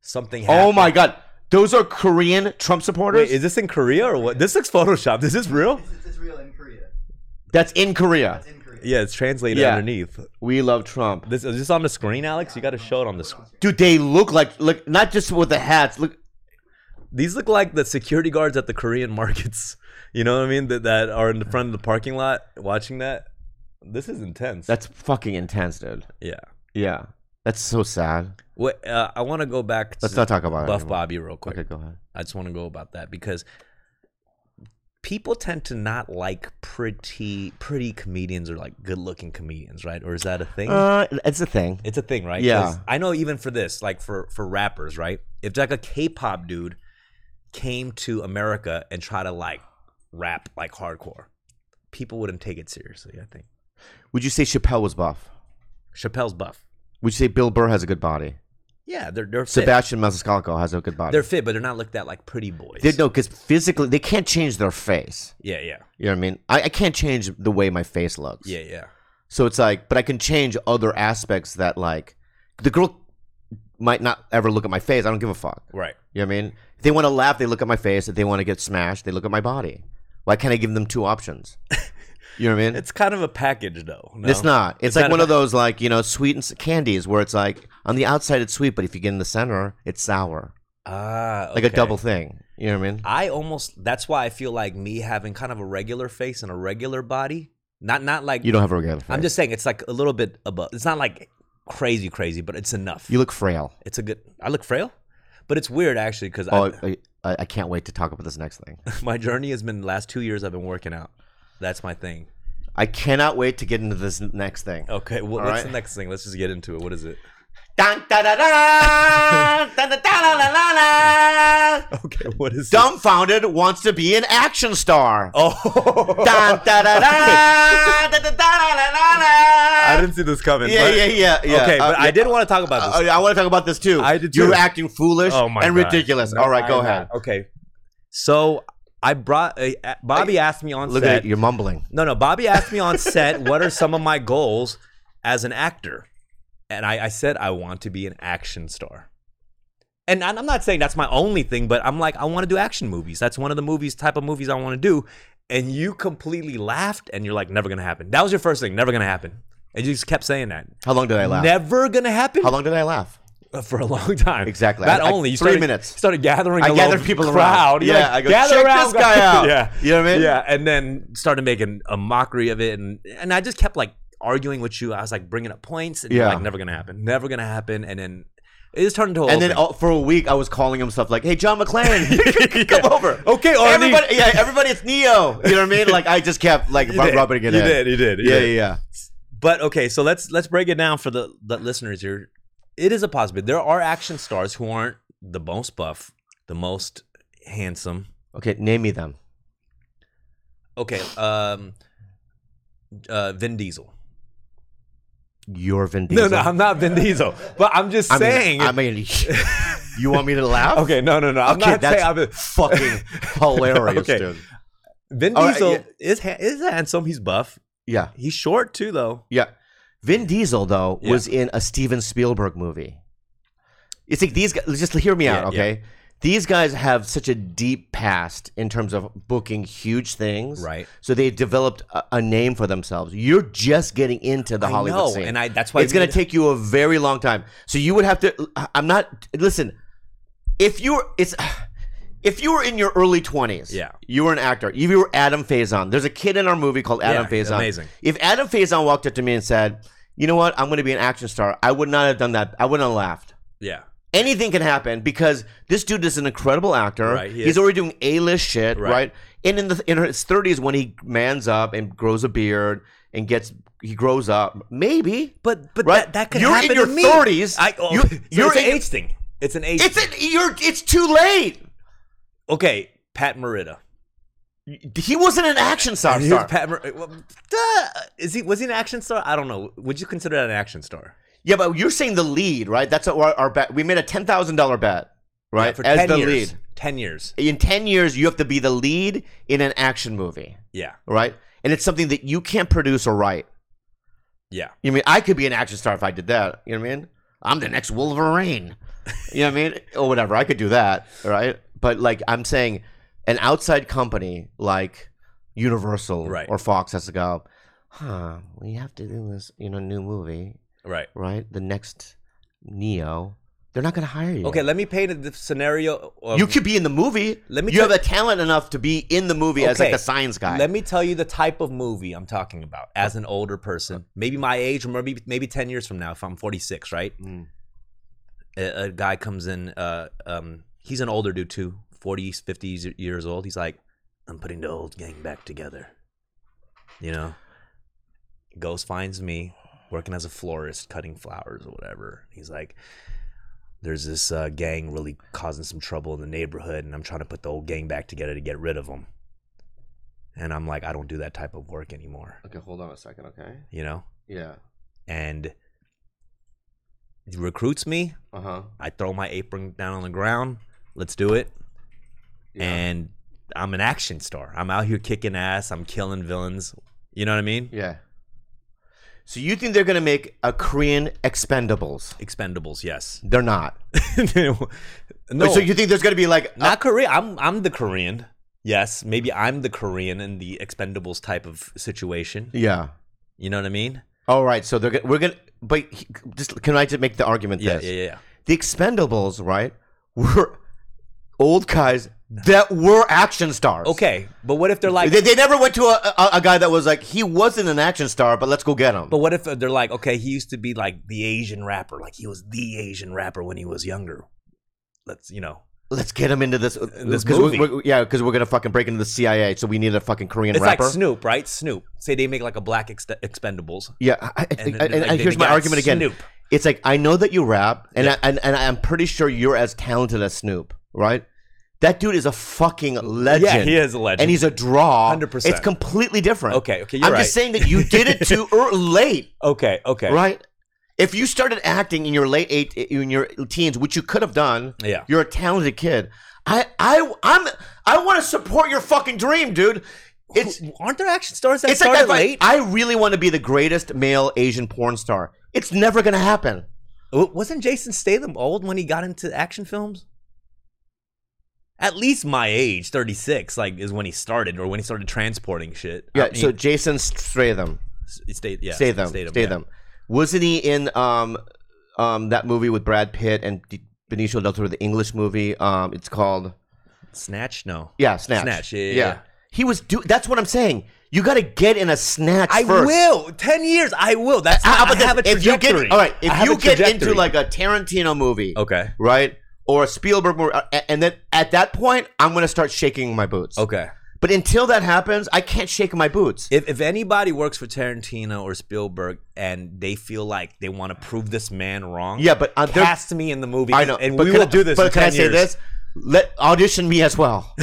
Speaker 2: Something
Speaker 1: Oh
Speaker 2: happened.
Speaker 1: my God, those are Korean Trump
Speaker 2: Wait,
Speaker 1: supporters.
Speaker 2: is this in Korea or what? This looks Photoshop. Is this real?
Speaker 3: It's, it's real in Korea.
Speaker 1: That's in Korea.
Speaker 3: It's in Korea.
Speaker 2: Yeah, it's translated
Speaker 1: Yeah.
Speaker 2: underneath.
Speaker 1: We love Trump,
Speaker 2: This is this on the screen, Alex? You got to show it on the screen.
Speaker 1: dude. They look like look not just with the hats. Look,
Speaker 2: These look like the security guards at the Korean markets. You know what I mean? That, that are in the front of the parking lot watching that. This is intense.
Speaker 1: that's fucking intense, dude.
Speaker 2: yeah.
Speaker 1: Yeah, that's so sad.
Speaker 2: Wait, uh, I want to go back to
Speaker 1: Let's not talk about it.
Speaker 2: Buff
Speaker 1: anymore.
Speaker 2: Bobby real quick.
Speaker 1: Okay, go ahead.
Speaker 2: I just want to go about that because people tend to not like pretty pretty comedians or like good looking comedians, right? Or is that a thing?
Speaker 1: Uh, it's a thing.
Speaker 2: it's a thing, right?
Speaker 1: yeah.
Speaker 2: 'Cause I know even for this, like for for rappers, right? If like a K-pop dude came to America and try to like rap like hardcore, people wouldn't take it seriously. I think
Speaker 1: Would you say Chappelle was buff?
Speaker 2: Chappelle's buff.
Speaker 1: Would you say Bill Burr has a good body?
Speaker 2: Yeah, they're they're fit.
Speaker 1: Sebastian Maniscalco has a good body.
Speaker 2: They're fit, but they're not looked at like pretty boys.
Speaker 1: They, no, because physically they can't change their face.
Speaker 2: yeah, yeah,
Speaker 1: You know what I mean? I, I can't change the way my face looks.
Speaker 2: yeah, yeah.
Speaker 1: So it's like, but I can change other aspects that like the girl might not ever look at my face. I don't give a fuck.
Speaker 2: Right.
Speaker 1: You know what I mean? If they want to laugh, they look at my face. If they want to get smashed, they look at my body. Why can't I give them two options? You know what I mean?
Speaker 2: It's kind of a package, though. no?
Speaker 1: It's not. It's, like
Speaker 2: not
Speaker 1: one
Speaker 2: a-
Speaker 1: of those like you know sweet and s- candies where it's like on the outside it's sweet, but if you get in the center, it's sour.
Speaker 2: Ah,
Speaker 1: Like a
Speaker 2: okay.
Speaker 1: double thing. You know what I mean?
Speaker 2: I almost. That's why I feel like me having kind of a regular face and a regular body. Not not like
Speaker 1: You don't have a regular face.
Speaker 2: I'm just saying it's like a little bit above. It's not like crazy crazy, but it's enough.
Speaker 1: You look frail.
Speaker 2: it's a good. I look frail, but it's weird actually because
Speaker 1: Oh, I, I, I can't wait to talk about this next thing.
Speaker 2: my journey has been the last two years I've been working out. That's my thing.
Speaker 1: I cannot wait to get into this next thing.
Speaker 2: Okay, wh- what's
Speaker 1: right.
Speaker 2: the next thing? Let's just get into it. What is it?
Speaker 1: Dun, da, da, da, da, da, da, da, da, da, da.
Speaker 2: Okay, what is it?
Speaker 1: Dumbfounded wants to be an action star.
Speaker 2: Oh,
Speaker 1: Dun, da, da, da, da, da, da, da, da,
Speaker 2: I
Speaker 1: da, da.
Speaker 2: didn't see this coming.
Speaker 1: Yeah,
Speaker 2: but-
Speaker 1: yeah, yeah, yeah.
Speaker 2: Okay,
Speaker 1: Uh,
Speaker 2: but I
Speaker 1: yeah.
Speaker 2: did want to talk about this.
Speaker 1: Uh, I want to talk about this too.
Speaker 2: I did
Speaker 1: You're
Speaker 2: too.
Speaker 1: acting foolish
Speaker 2: Oh my
Speaker 1: and
Speaker 2: God.
Speaker 1: ridiculous.
Speaker 2: No,
Speaker 1: All right, go
Speaker 2: I'm
Speaker 1: ahead.
Speaker 2: not. Okay. So I brought uh, uh, Bobby asked me on
Speaker 1: Look
Speaker 2: set.
Speaker 1: at it, you're mumbling.
Speaker 2: No, no. Bobby asked me on set what are some of my goals as an actor, and I, I said I want to be an action star. And I'm I'm not saying that's my only thing, but I'm like I want to do action movies. That's one of the movies type of movies I want to do. And you completely laughed, and you're like, never gonna happen. That was your first thing, never gonna happen. And you just kept saying that,
Speaker 1: How long did I laugh?
Speaker 2: never gonna happen.
Speaker 1: How long did I laugh?
Speaker 2: for a long time.
Speaker 1: Exactly.
Speaker 2: Not
Speaker 1: I- I-
Speaker 2: only you
Speaker 1: three
Speaker 2: started,
Speaker 1: minutes.
Speaker 2: Started gathering.
Speaker 1: I
Speaker 2: a
Speaker 1: gathered
Speaker 2: little
Speaker 1: people around.
Speaker 2: crowd. You're
Speaker 1: Yeah,
Speaker 2: like,
Speaker 1: I go,
Speaker 2: "Gather
Speaker 1: "Check
Speaker 2: around,
Speaker 1: this guy
Speaker 2: guys."
Speaker 1: out.
Speaker 2: yeah.
Speaker 1: You know what I mean?
Speaker 2: Yeah. And then started making a mockery of it, and and I just kept like arguing with you. I was like bringing up points, and you're
Speaker 1: Yeah.
Speaker 2: like never gonna happen, never gonna happen, and then it just turned into a whole
Speaker 1: And then
Speaker 2: thing.
Speaker 1: all, for a week, I was calling him stuff like, "Hey, John McClane, come
Speaker 2: Yeah.
Speaker 1: over."
Speaker 2: Okay, Arnie.
Speaker 1: everybody, yeah, everybody, it's Neo. You know what I mean? Like I just kept like
Speaker 2: You
Speaker 1: rub-
Speaker 2: did.
Speaker 1: rubbing it
Speaker 2: you
Speaker 1: in.
Speaker 2: did, you did, you
Speaker 1: Yeah, yeah,
Speaker 2: did.
Speaker 1: yeah.
Speaker 2: But okay, so let's let's break it down for the, the listeners here. It is a possibility. There are action stars who aren't the most buff, the most handsome.
Speaker 1: Okay, name me them.
Speaker 2: Okay, um, uh, Vin Diesel.
Speaker 1: You're Vin Diesel.
Speaker 2: No, no, I'm not Vin Diesel. But I'm just
Speaker 1: I mean,
Speaker 2: saying.
Speaker 1: I mean, you want me to laugh?
Speaker 2: okay, no, no, no. I'm
Speaker 1: Okay,
Speaker 2: not
Speaker 1: that's
Speaker 2: saying. I'm,
Speaker 1: fucking hilarious,
Speaker 2: Okay.
Speaker 1: dude.
Speaker 2: Vin
Speaker 1: all right,
Speaker 2: Diesel
Speaker 1: yeah.
Speaker 2: is ha- is handsome. He's buff.
Speaker 1: Yeah,
Speaker 2: He's short too, though.
Speaker 1: yeah. Vin Diesel though
Speaker 2: Yeah.
Speaker 1: was in a Steven Spielberg movie. It's like these guys. Just hear me out,
Speaker 2: Yeah,
Speaker 1: okay? These guys have such a deep past in terms of booking huge things,
Speaker 2: Right.
Speaker 1: So they developed a, a name for themselves. You're just getting into the
Speaker 2: I
Speaker 1: Hollywood
Speaker 2: know,
Speaker 1: scene,
Speaker 2: and I- that's why
Speaker 1: it's
Speaker 2: we
Speaker 1: going
Speaker 2: need-
Speaker 1: to take you a very long time. So you would have to. I- I'm not. Listen, if you were, it's. If you were in your early 20s,
Speaker 2: Yeah.
Speaker 1: you were an actor. If you were Adam Faison, there's a kid in our movie called Adam
Speaker 2: Yeah,
Speaker 1: Faison.
Speaker 2: amazing.
Speaker 1: If Adam Faison walked up to me and said, "You know what? I'm going to be an action star," I would not have done that. I wouldn't have laughed
Speaker 2: Yeah.
Speaker 1: anything can happen because this dude is an incredible actor.
Speaker 2: Right, he
Speaker 1: He's
Speaker 2: is.
Speaker 1: already doing A-list shit,
Speaker 2: Right.
Speaker 1: right? And in the in his thirties, when he mans up and grows a beard and gets he grows up, maybe.
Speaker 2: But but
Speaker 1: Right?
Speaker 2: that, that could
Speaker 1: You're
Speaker 2: happen
Speaker 1: in your
Speaker 2: to me.
Speaker 1: 30s.
Speaker 2: I, oh,
Speaker 1: You-
Speaker 2: so
Speaker 1: you're
Speaker 2: it's an
Speaker 1: in-
Speaker 2: age thing. It's an age.
Speaker 1: It's
Speaker 2: thing.
Speaker 1: it. You're. It's too late.
Speaker 2: okay. Pat Morita.
Speaker 1: He wasn't an action star.
Speaker 2: Here's
Speaker 1: star.
Speaker 2: Pat Mor- eh, well, duh. Is he was he an action star? I don't know. Would you consider that an action star?
Speaker 1: yeah, but you're saying the lead, right? That's our, our bet. We made a ten thousand dollar bet, right?
Speaker 2: for
Speaker 1: As
Speaker 2: ten
Speaker 1: the
Speaker 2: years.
Speaker 1: lead.
Speaker 2: Ten years.
Speaker 1: In ten years, you have to be the lead in an action movie,
Speaker 2: Yeah.
Speaker 1: right? And it's something that you can't produce or write.
Speaker 2: Yeah.
Speaker 1: You mean I could be an action star if I did that? You know what I mean? I'm the next Wolverine. You know what I mean? Or whatever. I could do that, right? But like I'm saying, an outside company like Universal
Speaker 2: Right.
Speaker 1: or Fox has to go, huh? We have to do this, you know, new movie,
Speaker 2: Right.
Speaker 1: right? The next Neo. They're not going to hire you.
Speaker 2: Okay. Let me paint the scenario. Of,
Speaker 1: You could be in the movie.
Speaker 2: Um, Let me
Speaker 1: you
Speaker 2: tell-
Speaker 1: have a talent enough to be in the movie as like
Speaker 2: Okay.
Speaker 1: the science guy. Uh,
Speaker 2: Let me tell you the type of movie I'm talking about as an older person, maybe my age, or maybe maybe ten years from now, if I'm 46, right?
Speaker 1: Mm.
Speaker 2: A, a guy comes in. Uh, um, he's an older dude too, 40s, 50s years old. He's like, I'm putting the old gang back together. You know, goes finds me working as a florist, cutting flowers or whatever. He's like. There's this uh, gang really causing some trouble in the neighborhood, and I'm trying to put the old gang back together to get rid of them and I'm like, I don't do that type of work anymore,
Speaker 1: okay, hold on a second. Okay.
Speaker 2: you know?
Speaker 1: Yeah.
Speaker 2: And he recruits me,
Speaker 1: Uh huh.
Speaker 2: I throw my apron down on the ground, let's do it. And I'm an action star. I'm out here kicking ass, I'm killing villains. You know what I mean?
Speaker 1: Yeah. So you think they're gonna make a Korean Expendables?
Speaker 2: Expendables, yes.
Speaker 1: They're not.
Speaker 2: no,
Speaker 1: So you think there's gonna be like a-
Speaker 2: not Korea. I'm I'm the Korean. Yes, maybe I'm the Korean in the Expendables type of situation.
Speaker 1: yeah.
Speaker 2: You know what I mean?
Speaker 1: All right. So they're gonna, we're gonna. But he- just can I just make the argument?
Speaker 2: Yeah,
Speaker 1: this
Speaker 2: yeah, yeah, yeah.
Speaker 1: the Expendables, right? Were old guys that were action stars.
Speaker 2: Okay, but what if they're like
Speaker 1: They, they never went to a, a, a guy that was like he wasn't an action star, but let's go get him.
Speaker 2: But what if they're like, okay, he used to be like the Asian rapper, like he was the Asian rapper when he was younger. Let's, you know,
Speaker 1: let's get him into this.
Speaker 2: this
Speaker 1: 'cause we're-
Speaker 2: movie.
Speaker 1: we're- yeah, because we're gonna fucking break into the CIA, so we need a fucking Korean
Speaker 2: it's
Speaker 1: rapper.
Speaker 2: like Snoop, right? Snoop. Say they make like a black ex- Expendables.
Speaker 1: Yeah, I, I,
Speaker 2: And
Speaker 1: I-
Speaker 2: then,
Speaker 1: and
Speaker 2: like,
Speaker 1: I-
Speaker 2: they
Speaker 1: here's my
Speaker 2: got
Speaker 1: argument again.
Speaker 2: Snoop.
Speaker 1: It's like I know that you rap, and
Speaker 2: Yeah.
Speaker 1: I, and and I'm pretty sure you're as talented as Snoop, right? That dude is a fucking legend.
Speaker 2: he is a legend.
Speaker 1: and he's a draw.
Speaker 2: 100%.
Speaker 1: It's completely different.
Speaker 2: Okay, okay, you're
Speaker 1: I'm
Speaker 2: right.
Speaker 1: just saying that you did it too ear late,
Speaker 2: Okay, okay.
Speaker 1: right? If you started acting in your late eight, in your teens, which you could have done,
Speaker 2: Yeah.
Speaker 1: you're a talented kid. I, I, I'm, I want to support your fucking dream, dude. It's
Speaker 2: Who- aren't there action stars that
Speaker 1: it's like that,
Speaker 2: started
Speaker 1: like,
Speaker 2: late?
Speaker 1: I really want to be the greatest male Asian porn star. It's never gonna happen.
Speaker 2: W- Oh, Wasn't Jason Statham old when he got into action films? At least my age, 36, like is when he started or when he started transporting shit.
Speaker 1: Yeah.
Speaker 2: I mean,
Speaker 1: so Jason Statham,
Speaker 2: s- stay, yeah,
Speaker 1: Statham, Statham,
Speaker 2: yeah.
Speaker 1: wasn't he in um um, that movie with Brad Pitt and D- Benicio del Toro, the English movie. Um, it's called
Speaker 2: Snatch? No.
Speaker 1: yeah, Snatch.
Speaker 2: Snatch, yeah, yeah, yeah.
Speaker 1: He was do. That's what I'm saying. You got to get in a snatch
Speaker 2: I
Speaker 1: first.
Speaker 2: will. Ten years. I will. That's
Speaker 1: How
Speaker 2: how
Speaker 1: about
Speaker 2: I have a
Speaker 1: this? If you
Speaker 2: trajectory.
Speaker 1: get all right,
Speaker 2: I
Speaker 1: if
Speaker 2: have
Speaker 1: you
Speaker 2: a
Speaker 1: get into
Speaker 2: trajectory.
Speaker 1: like a Tarantino movie,
Speaker 2: okay,
Speaker 1: right, or a Spielberg movie, uh, a- and then at that point, I'm gonna start shaking my boots.
Speaker 2: okay.
Speaker 1: But until that happens, I can't shake my boots.
Speaker 2: If if anybody works for Tarantino or Spielberg and they feel like they want to prove this man wrong,
Speaker 1: Yeah, but, uh, they're-
Speaker 2: cast me in the movie.
Speaker 1: I know,
Speaker 2: and
Speaker 1: but
Speaker 2: we
Speaker 1: can
Speaker 2: will
Speaker 1: I-
Speaker 2: do this.
Speaker 1: But
Speaker 2: in
Speaker 1: can I
Speaker 2: 10
Speaker 1: say
Speaker 2: years.
Speaker 1: this? Let audition me as well.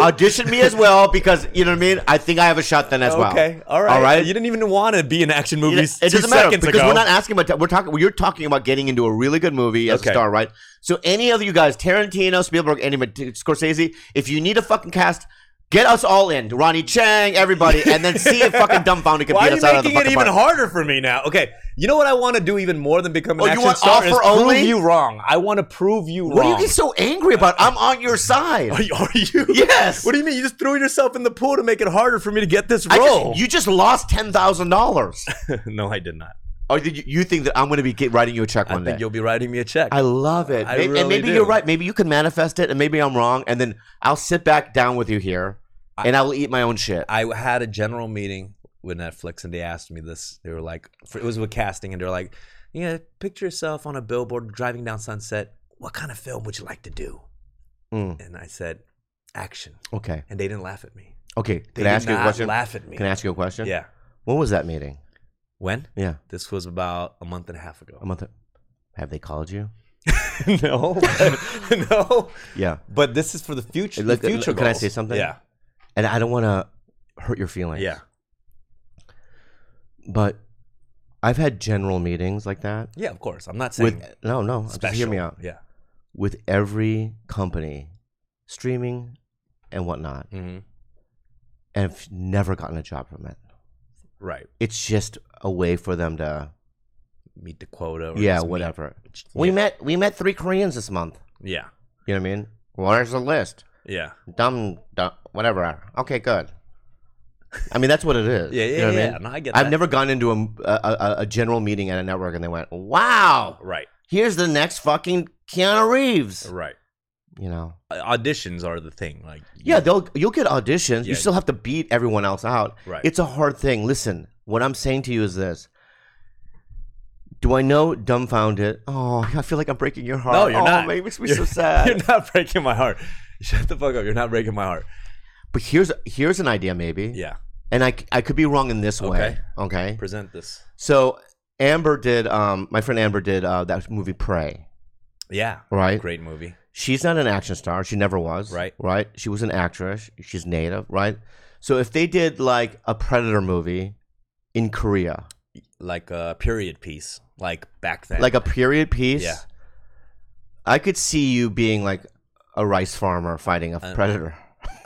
Speaker 1: audition me as well because you know what I mean. I think I have a shot then as well.
Speaker 2: Okay, all right,
Speaker 1: all right.
Speaker 2: You didn't even want to be in action
Speaker 1: You know,
Speaker 2: movies.
Speaker 1: it
Speaker 2: two
Speaker 1: doesn't matter
Speaker 2: seconds
Speaker 1: because
Speaker 2: ago.
Speaker 1: we're not asking about. that. We're talking. You're talking about getting into a really good movie as
Speaker 2: Okay.
Speaker 1: a star, right? So any of you guys, Tarantino, Spielberg, any Scorsese, if you need a fucking cast, get us all in, Ronnie Chang, everybody, and then see if fucking dumbfounded can
Speaker 2: Why
Speaker 1: beat
Speaker 2: are
Speaker 1: us
Speaker 2: you
Speaker 1: out of the
Speaker 2: making it
Speaker 1: fucking
Speaker 2: even
Speaker 1: park.
Speaker 2: harder for me now? Okay, you know what I want to do even more than become an
Speaker 1: Oh, you
Speaker 2: action
Speaker 1: want
Speaker 2: star is
Speaker 1: offer only?
Speaker 2: prove you wrong. I want to prove you
Speaker 1: What do you
Speaker 2: wrong.
Speaker 1: get so angry about? I'm on your side.
Speaker 2: Are you, are you?
Speaker 1: Yes.
Speaker 2: What do you mean? You just threw yourself in the pool to make it harder for me to get this
Speaker 1: I just-
Speaker 2: role?
Speaker 1: you just lost ten thousand dollars.
Speaker 2: no, I did not.
Speaker 1: Or did you, you think that I'm going to be get, writing you a check
Speaker 2: I
Speaker 1: one
Speaker 2: think
Speaker 1: day?
Speaker 2: you'll be writing me a check.
Speaker 1: I love it.
Speaker 2: I
Speaker 1: May-
Speaker 2: really
Speaker 1: and maybe
Speaker 2: do.
Speaker 1: you're right. Maybe you can manifest it, and maybe I'm wrong. And then I'll sit back down with you here, and I will eat my own shit.
Speaker 2: I had a general meeting with Netflix, and they asked me this. They were like, for, it was with casting, and they were like, "Yeah, picture yourself on a billboard driving down Sunset. What kind of film would you like to do?"
Speaker 1: Mm.
Speaker 2: And I said, "Action."
Speaker 1: Okay.
Speaker 2: And they didn't laugh at me.
Speaker 1: Okay. Can I
Speaker 2: They did
Speaker 1: ask you a
Speaker 2: not
Speaker 1: question?
Speaker 2: Laugh at me.
Speaker 1: Can I ask you a question?
Speaker 2: Yeah.
Speaker 1: When was that meeting?
Speaker 2: When?
Speaker 1: Yeah.
Speaker 2: This was about a month and a half
Speaker 1: A
Speaker 2: ago.
Speaker 1: month. Have they called you?
Speaker 2: no, no.
Speaker 1: Yeah.
Speaker 2: But this is for the future.
Speaker 1: Look,
Speaker 2: the future.
Speaker 1: can I
Speaker 2: goals.
Speaker 1: say something?
Speaker 2: Yeah.
Speaker 1: And I don't want to hurt your feelings.
Speaker 2: Yeah.
Speaker 1: But I've had general meetings like that
Speaker 2: Yeah. Of course. I'm not saying
Speaker 1: with no, no. Just
Speaker 2: special.
Speaker 1: hear me out.
Speaker 2: Yeah.
Speaker 1: With every company, streaming and whatnot.
Speaker 2: hmm
Speaker 1: and have never gotten a job from it.
Speaker 2: Right.
Speaker 1: It's just a way for them to
Speaker 2: Meet the quota. Or
Speaker 1: yeah,
Speaker 2: just meet-
Speaker 1: whatever. We
Speaker 2: Yeah.
Speaker 1: met we met three Koreans this month.
Speaker 2: yeah.
Speaker 1: You know what I mean? Where's the list?
Speaker 2: Yeah.
Speaker 1: Dumb, dumb, whatever. Okay, good. I mean, that's what it is.
Speaker 2: Yeah, yeah,
Speaker 1: you know what I
Speaker 2: yeah.
Speaker 1: mean?
Speaker 2: No, I get
Speaker 1: I've
Speaker 2: that.
Speaker 1: never gone into a, a, a, a general meeting at a network and they went, "Wow,
Speaker 2: Right.
Speaker 1: here's the next fucking Keanu Reeves."
Speaker 2: Right.
Speaker 1: You know?
Speaker 2: Uh, Auditions are the thing. Like
Speaker 1: Yeah, they'll you'll get auditions. You
Speaker 2: Yeah.
Speaker 1: still have to beat everyone else out.
Speaker 2: Right.
Speaker 1: It's a hard thing. Listen, what I'm saying to you is this. Do I know dumbfound it? Oh, I feel like I'm breaking your heart.
Speaker 2: No, you're
Speaker 1: oh,
Speaker 2: not.
Speaker 1: man, it makes me
Speaker 2: you're,
Speaker 1: so sad.
Speaker 2: You're not breaking my heart. Shut the fuck up. You're not breaking my heart.
Speaker 1: But here's here's an idea maybe.
Speaker 2: Yeah.
Speaker 1: And I, c- I could be wrong in this way. Okay.
Speaker 2: Present this.
Speaker 1: So Amber did um my friend Amber did uh that movie Prey,
Speaker 2: Yeah.
Speaker 1: right?
Speaker 2: Great movie.
Speaker 1: She's not an action star. She never was.
Speaker 2: Right.
Speaker 1: Right. She was an actress. She's native. Right. So if they did like a Predator movie in Korea,
Speaker 2: Like a period piece. Like back then.
Speaker 1: like a period piece,
Speaker 2: Yeah.
Speaker 1: I could see you being like a rice farmer fighting a
Speaker 2: Uh,
Speaker 1: predator.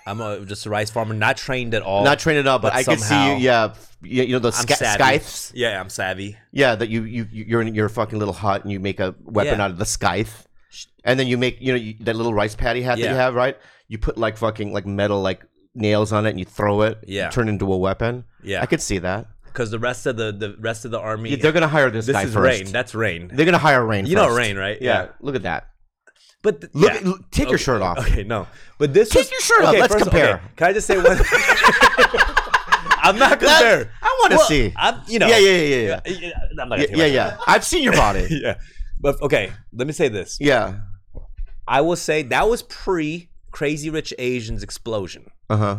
Speaker 2: I'm a, just a rice farmer, not trained at all.
Speaker 1: Not trained up, but,
Speaker 2: but
Speaker 1: I could see
Speaker 2: somehow-
Speaker 1: you. Yeah. f- You, you know those
Speaker 2: I'm
Speaker 1: sca-
Speaker 2: savvy.
Speaker 1: scythes.
Speaker 2: Yeah, I'm savvy.
Speaker 1: Yeah, that you you you- you're in your fucking little hut and you make a weapon
Speaker 2: Yeah.
Speaker 1: out of the scythe,
Speaker 2: Sh-
Speaker 1: and then you make you know you, that little rice patty hat that
Speaker 2: Yeah.
Speaker 1: you have, right? You put like fucking like metal like nails on it and you throw it.
Speaker 2: Yeah.
Speaker 1: turn it into a weapon.
Speaker 2: Yeah.
Speaker 1: I could see that.
Speaker 2: Because the rest of the the rest of the army.
Speaker 1: Yeah, they're gonna hire this,
Speaker 2: this
Speaker 1: guy
Speaker 2: is
Speaker 1: first.
Speaker 2: rain. That's rain.
Speaker 1: they're gonna hire Rain.
Speaker 2: You know
Speaker 1: first.
Speaker 2: rain, right?
Speaker 1: Yeah. look at that.
Speaker 2: But th-
Speaker 1: Look,
Speaker 2: yeah.
Speaker 1: l- take your shirt off.
Speaker 2: Okay, no. But this
Speaker 1: Take
Speaker 2: was,
Speaker 1: your shirt off. Let's compare.
Speaker 2: can I just say one? I'm not comparing.
Speaker 1: I wanna
Speaker 2: Well,
Speaker 1: see.
Speaker 2: I'm, you know.
Speaker 1: Yeah, yeah, yeah, yeah,
Speaker 2: yeah. I'm not gonna
Speaker 1: Yeah,
Speaker 2: take
Speaker 1: yeah,
Speaker 2: my-
Speaker 1: yeah. I've seen your body.
Speaker 2: yeah. But okay, let me say this.
Speaker 1: yeah.
Speaker 2: I will say that was pre Crazy Rich Asians explosion.
Speaker 1: Uh huh.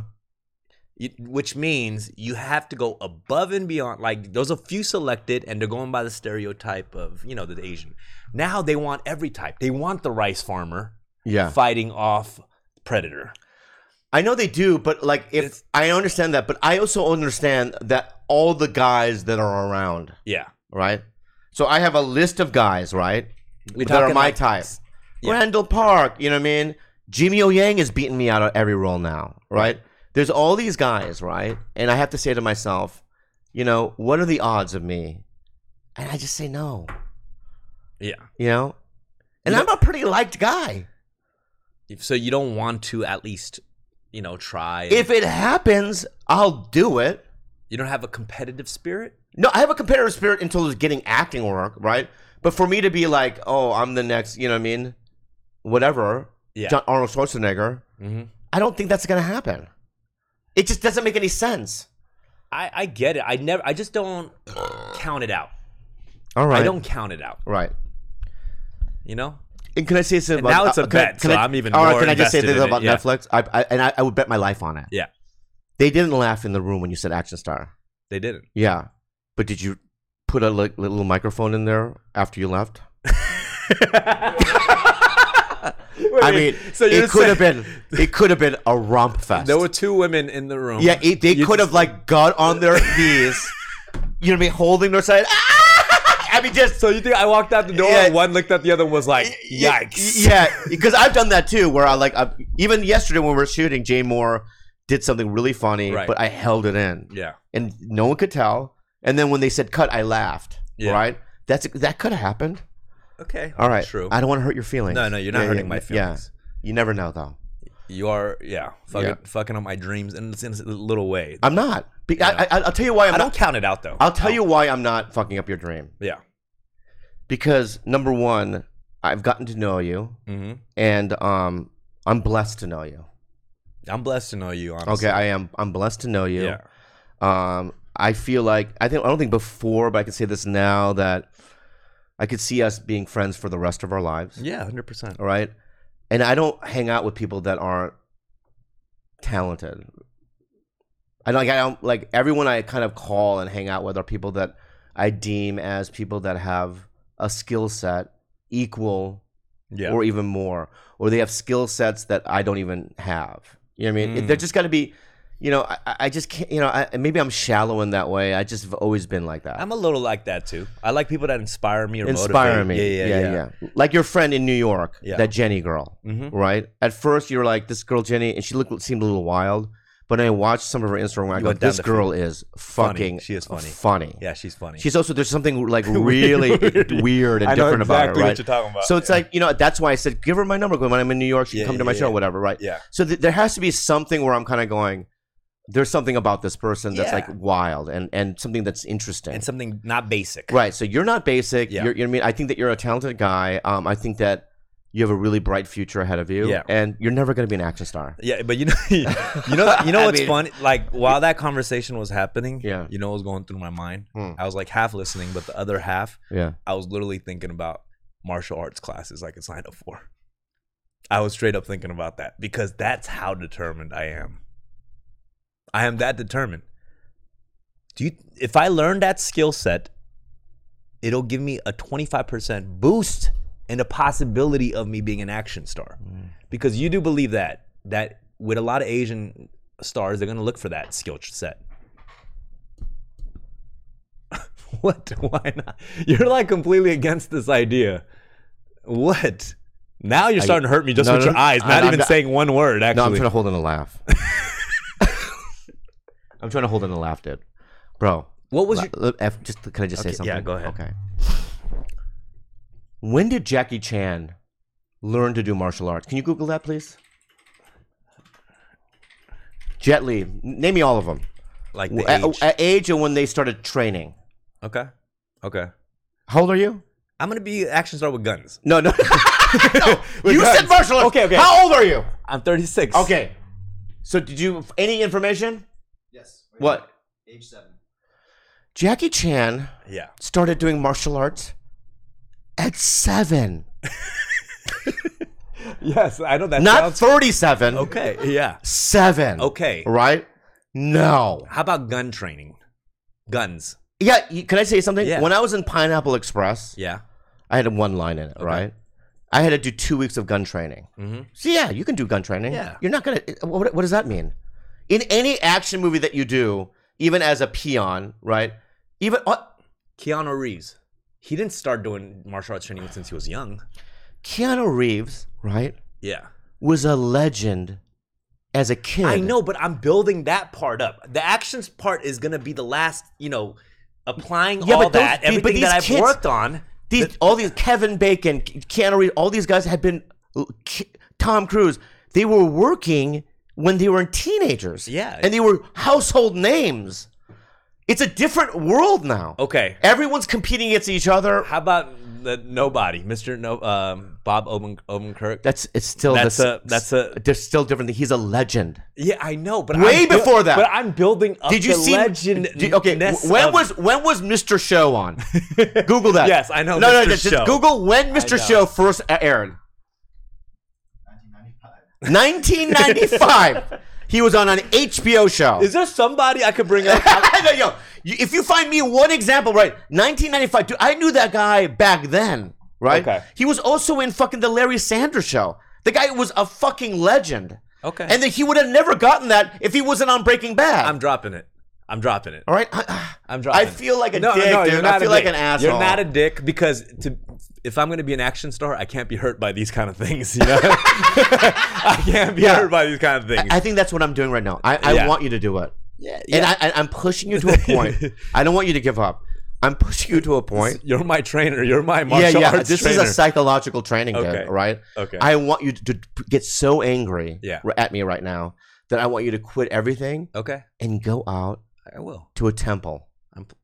Speaker 2: You- which means you have to go above and beyond. Like there's a few selected, and they're going by the stereotype of you know the Asian. Now they want every type. They want the rice farmer
Speaker 1: Yeah.
Speaker 2: fighting off predator.
Speaker 1: I know they do, but like if
Speaker 2: It's-
Speaker 1: I understand that, but I also understand that all the guys that are around,
Speaker 2: Yeah,
Speaker 1: right? So I have a list of guys, right? that are
Speaker 2: talking
Speaker 1: my
Speaker 2: like-
Speaker 1: type.
Speaker 2: Yeah.
Speaker 1: Randall Park, you know what I mean? Jimmy O Yang is beating me out of every role now, right? There's all these guys, right? And I have to say to myself, you know, what are the odds of me? And I just say no,
Speaker 2: Yeah.
Speaker 1: you know? And
Speaker 2: You
Speaker 1: I'm a pretty liked guy.
Speaker 2: If- So you don't want to at least you know try. and-
Speaker 1: If it happens, I'll do it.
Speaker 2: You don't have a competitive spirit.
Speaker 1: No, I have a competitive spirit until it's getting acting work, right? But for me to be like, oh, I'm the next, you know what I mean? Whatever,
Speaker 2: Yeah.
Speaker 1: John Arnold Schwarzenegger.
Speaker 2: Mm-hmm.
Speaker 1: I don't think that's gonna happen. It just doesn't make any sense.
Speaker 2: I, I get it. I never. I just don't count it out.
Speaker 1: All right,
Speaker 2: I don't count it out.
Speaker 1: Right.
Speaker 2: You know.
Speaker 1: And can I say something?
Speaker 2: And now it's a bet, so I'm even more
Speaker 1: Can I just say
Speaker 2: invested
Speaker 1: this
Speaker 2: in it,
Speaker 1: about
Speaker 2: yeah.
Speaker 1: Netflix? I, I and I, I would bet my life on it.
Speaker 2: Yeah.
Speaker 1: They didn't laugh in the room when you said action star.
Speaker 2: They didn't.
Speaker 1: Yeah, but did you put a li- little microphone in there after you left? I mean, it could have been it could have been a romp fest.
Speaker 2: There were two women in the room.
Speaker 1: yeah, it, they
Speaker 2: You
Speaker 1: could have
Speaker 2: just-
Speaker 1: like got on their knees, you know, what I mean, holding their side. I mean, just
Speaker 2: So you think I walked out the door
Speaker 1: Yeah.
Speaker 2: and one looked at the other and was like,
Speaker 1: Yeah,
Speaker 2: "Yikes!"
Speaker 1: Yeah, because I've done that too, where I like i even yesterday when we were shooting, Jay Moore did something really funny,
Speaker 2: Right.
Speaker 1: but I held it in,
Speaker 2: Yeah.
Speaker 1: and no one could tell. And then when they said cut, I laughed.
Speaker 2: Yeah.
Speaker 1: Right? That's that could have happened.
Speaker 2: Okay.
Speaker 1: All right.
Speaker 2: True.
Speaker 1: I don't want to hurt your feelings.
Speaker 2: No, no, you're not
Speaker 1: Yeah,
Speaker 2: hurting
Speaker 1: yeah,
Speaker 2: my feelings.
Speaker 1: Yeah. You never know though.
Speaker 2: You are, yeah, fucking,
Speaker 1: Yeah.
Speaker 2: fucking up my dreams in, in a little way. I,
Speaker 1: I'm not. Be- I, I, I'll tell you why I'm.
Speaker 2: don't Oh.
Speaker 1: not,
Speaker 2: count it out though.
Speaker 1: I'll tell you why I'm not fucking up your dream.
Speaker 2: Yeah.
Speaker 1: Because number one, I've gotten to know you,
Speaker 2: hmm
Speaker 1: and um, I'm blessed to know you.
Speaker 2: I'm blessed to know you. Honestly.
Speaker 1: Okay, I am. I'm blessed to know you.
Speaker 2: Yeah.
Speaker 1: Um, I feel like I think I don't think before, but I can say this now that I could see us being friends for the rest of our lives.
Speaker 2: Yeah. Hundred percent.
Speaker 1: All right, and I don't hang out with people that aren't talented. I don't, like I don't like everyone I kind of call and hang out with are people that I deem as people that have a skill set equal
Speaker 2: Yeah.
Speaker 1: or even more, or they have skill sets that I don't even have. You know what I mean? It- They're just got to be, you know, I, I- I just can't, you know, I, and maybe I'm shallow in that way. I just have always been like that.
Speaker 2: I'm a little like that too. I like people that inspire me or
Speaker 1: Inspire
Speaker 2: motivate.
Speaker 1: me.
Speaker 2: Yeah. Yeah. Yeah.
Speaker 1: Like your friend in New York,
Speaker 2: Yeah.
Speaker 1: that Jenny girl,
Speaker 2: Mhm.
Speaker 1: right? At first, you were like, this girl, Jenny, and she looked seemed a little wild. But I watched some of her Instagram. I
Speaker 2: You
Speaker 1: go,
Speaker 2: went down
Speaker 1: this
Speaker 2: the
Speaker 1: girl is
Speaker 2: Funny.
Speaker 1: fucking.
Speaker 2: She is funny.
Speaker 1: Funny.
Speaker 2: Yeah, she's funny.
Speaker 1: She's also there's something like really weird and
Speaker 2: I know
Speaker 1: different about
Speaker 2: exactly
Speaker 1: her,
Speaker 2: what
Speaker 1: right?
Speaker 2: you're talking about.
Speaker 1: So it's like you know that's why I said give her my number when I'm in New York. She
Speaker 2: Yeah,
Speaker 1: can come to
Speaker 2: yeah,
Speaker 1: my show,
Speaker 2: yeah.
Speaker 1: whatever, right?
Speaker 2: yeah.
Speaker 1: So th- there has to be something where I'm kind of going. There's something about this person that's
Speaker 2: Yeah.
Speaker 1: like wild and and something that's interesting.
Speaker 2: And something not basic.
Speaker 1: Right. So you're not basic.
Speaker 2: Yeah.
Speaker 1: You're, you know what I mean? I think that you're a talented guy. Um, I think that you have a really bright future ahead of you.
Speaker 2: Yeah.
Speaker 1: And you're never going to be an action star.
Speaker 2: Yeah, but you know, you know, you know
Speaker 1: I
Speaker 2: what's
Speaker 1: mean-
Speaker 2: funny? Like while that conversation was happening,
Speaker 1: Yeah.
Speaker 2: you know, what was going through my mind.
Speaker 1: Hmm.
Speaker 2: I was like half listening, but the other half,
Speaker 1: Yeah.
Speaker 2: I was literally thinking about martial arts classes I could sign up for. oh I was straight up thinking about that because that's how determined I am. I am that determined. Do you if I learn that skill set, it'll give me a 25% boost in the possibility of me being an action star.
Speaker 1: Mm.
Speaker 2: Because you do believe that that with a lot of Asian stars, they're going to look for that skill set. What? Why not? You're like completely against this idea. What? Now you're starting to hurt me just
Speaker 1: No,
Speaker 2: with
Speaker 1: no,
Speaker 2: your eyes,
Speaker 1: no,
Speaker 2: not
Speaker 1: I'm
Speaker 2: even
Speaker 1: not-
Speaker 2: saying one word,
Speaker 1: No, I'm
Speaker 2: actually.
Speaker 1: trying to hold in a laugh. I'm trying to hold in a laugh, dude. Bro.
Speaker 2: what was
Speaker 1: la-
Speaker 2: your.
Speaker 1: la- F, just can I just say
Speaker 2: Okay,
Speaker 1: something?
Speaker 2: yeah, go ahead.
Speaker 1: Okay. When did Jackie Chan learn to do martial arts? Can you Google that, please? Jet Li. N- Name me all of them.
Speaker 2: Like the
Speaker 1: At,
Speaker 2: age.
Speaker 1: at age and when they started training.
Speaker 2: okay. Okay.
Speaker 1: How old are you?
Speaker 2: I'm going to be action star with guns.
Speaker 1: No, no. you said
Speaker 2: guns.
Speaker 1: martial arts.
Speaker 2: Okay, okay.
Speaker 1: How old are you?
Speaker 2: I'm 36.
Speaker 1: Okay. So did you any information?
Speaker 3: Yes.
Speaker 1: What?
Speaker 3: Age seven.
Speaker 1: Jackie Chan
Speaker 2: Yeah.
Speaker 1: started doing martial arts at seven,
Speaker 2: Yes, I know that.
Speaker 1: not
Speaker 2: sounds-
Speaker 1: thirty-seven.
Speaker 2: Okay. Yeah.
Speaker 1: Seven.
Speaker 2: Okay. Ah.
Speaker 1: Right? No.
Speaker 2: How about gun training? Guns.
Speaker 1: Yeah. you- Can I say something?
Speaker 2: Yeah.
Speaker 1: When I was in Pineapple Express,
Speaker 2: Yeah.
Speaker 1: I had one line in it. Right. I had to do two weeks of gun training.
Speaker 2: hmm
Speaker 1: So yeah, you can do gun training.
Speaker 2: Yeah.
Speaker 1: You're not gonna. What, what does that mean? In any action movie that you do, even as a peon, right? Even uh,
Speaker 2: Keanu Reeves. He didn't start doing martial arts training since he was young.
Speaker 1: Keanu Reeves, right,
Speaker 2: Yeah.
Speaker 1: was a legend as a kid.
Speaker 2: I know, but I'm building that part up. The actions part is gonna be the last, you know, applying
Speaker 1: Yeah,
Speaker 2: all
Speaker 1: but those-
Speaker 2: that,
Speaker 1: but
Speaker 2: everything
Speaker 1: these
Speaker 2: that I've
Speaker 1: kids-
Speaker 2: worked on.
Speaker 1: These all these Kevin Bacon, Keanu Reeves, all these guys had been uh, K- Tom Cruise. They were working when they were teenagers.
Speaker 2: Yeah.
Speaker 1: and they were household names. It's a different world now.
Speaker 2: Okay.
Speaker 1: Everyone's competing against each other.
Speaker 2: How about the nobody, Mister No, um, Bob Oben Obenkirk?
Speaker 1: That's it's still
Speaker 2: That's
Speaker 1: the s-
Speaker 2: a- that's a-
Speaker 1: they're still different. He's a legend.
Speaker 2: yeah, I know, but
Speaker 1: Way
Speaker 2: I'm buil-
Speaker 1: before that.
Speaker 2: But I'm building up.
Speaker 1: Did you
Speaker 2: the
Speaker 1: see?
Speaker 2: legend?
Speaker 1: did- okay,
Speaker 2: ness
Speaker 1: when
Speaker 2: of-
Speaker 1: was when was Mr. Show on? Google that.
Speaker 2: Yes, I know
Speaker 1: No, no,
Speaker 2: Mr.
Speaker 1: just- just
Speaker 2: Show.
Speaker 1: Google when Mr.
Speaker 2: know.
Speaker 1: Show first aired. 1995. he was on an HBO show.
Speaker 2: Is there somebody I could bring up?
Speaker 1: No, yo, you- if you find me one example, right? 1995. Dude, I knew that guy back then, right?
Speaker 2: Okay.
Speaker 1: He was also in fucking the Larry Sanders show. The guy was a fucking legend.
Speaker 2: Okay.
Speaker 1: And that he would have never gotten that if he wasn't on Breaking Bad.
Speaker 2: I'm dropping it. I'm dropping it.
Speaker 1: All right. I,
Speaker 2: I'm dropping.
Speaker 1: I
Speaker 2: it.
Speaker 1: feel like a dick, dude.
Speaker 2: you're
Speaker 1: I
Speaker 2: not a
Speaker 1: feel like
Speaker 2: dick.
Speaker 1: an asshole.
Speaker 2: You're not a dick because to, if I'm going to be an action star, I can't be hurt by these kind of things. You know, I can't be
Speaker 1: Yeah.
Speaker 2: hurt by these kind of things.
Speaker 1: I think that's what I'm doing right now. I, I
Speaker 2: Yeah.
Speaker 1: want you to do it. Yeah, And I, I, I'm pushing you to a point. I don't want you to give up. I'm pushing you to a point.
Speaker 2: you're my trainer. You're my martial arts
Speaker 1: This
Speaker 2: trainer.
Speaker 1: is a psychological training, dude.
Speaker 2: Okay.
Speaker 1: Right?
Speaker 2: Okay.
Speaker 1: I want you to p- get so angry
Speaker 2: Yeah.
Speaker 1: r- at me right now that I want you to quit everything
Speaker 2: okay,
Speaker 1: and go out
Speaker 2: I will.
Speaker 1: to a temple,
Speaker 2: I'm p-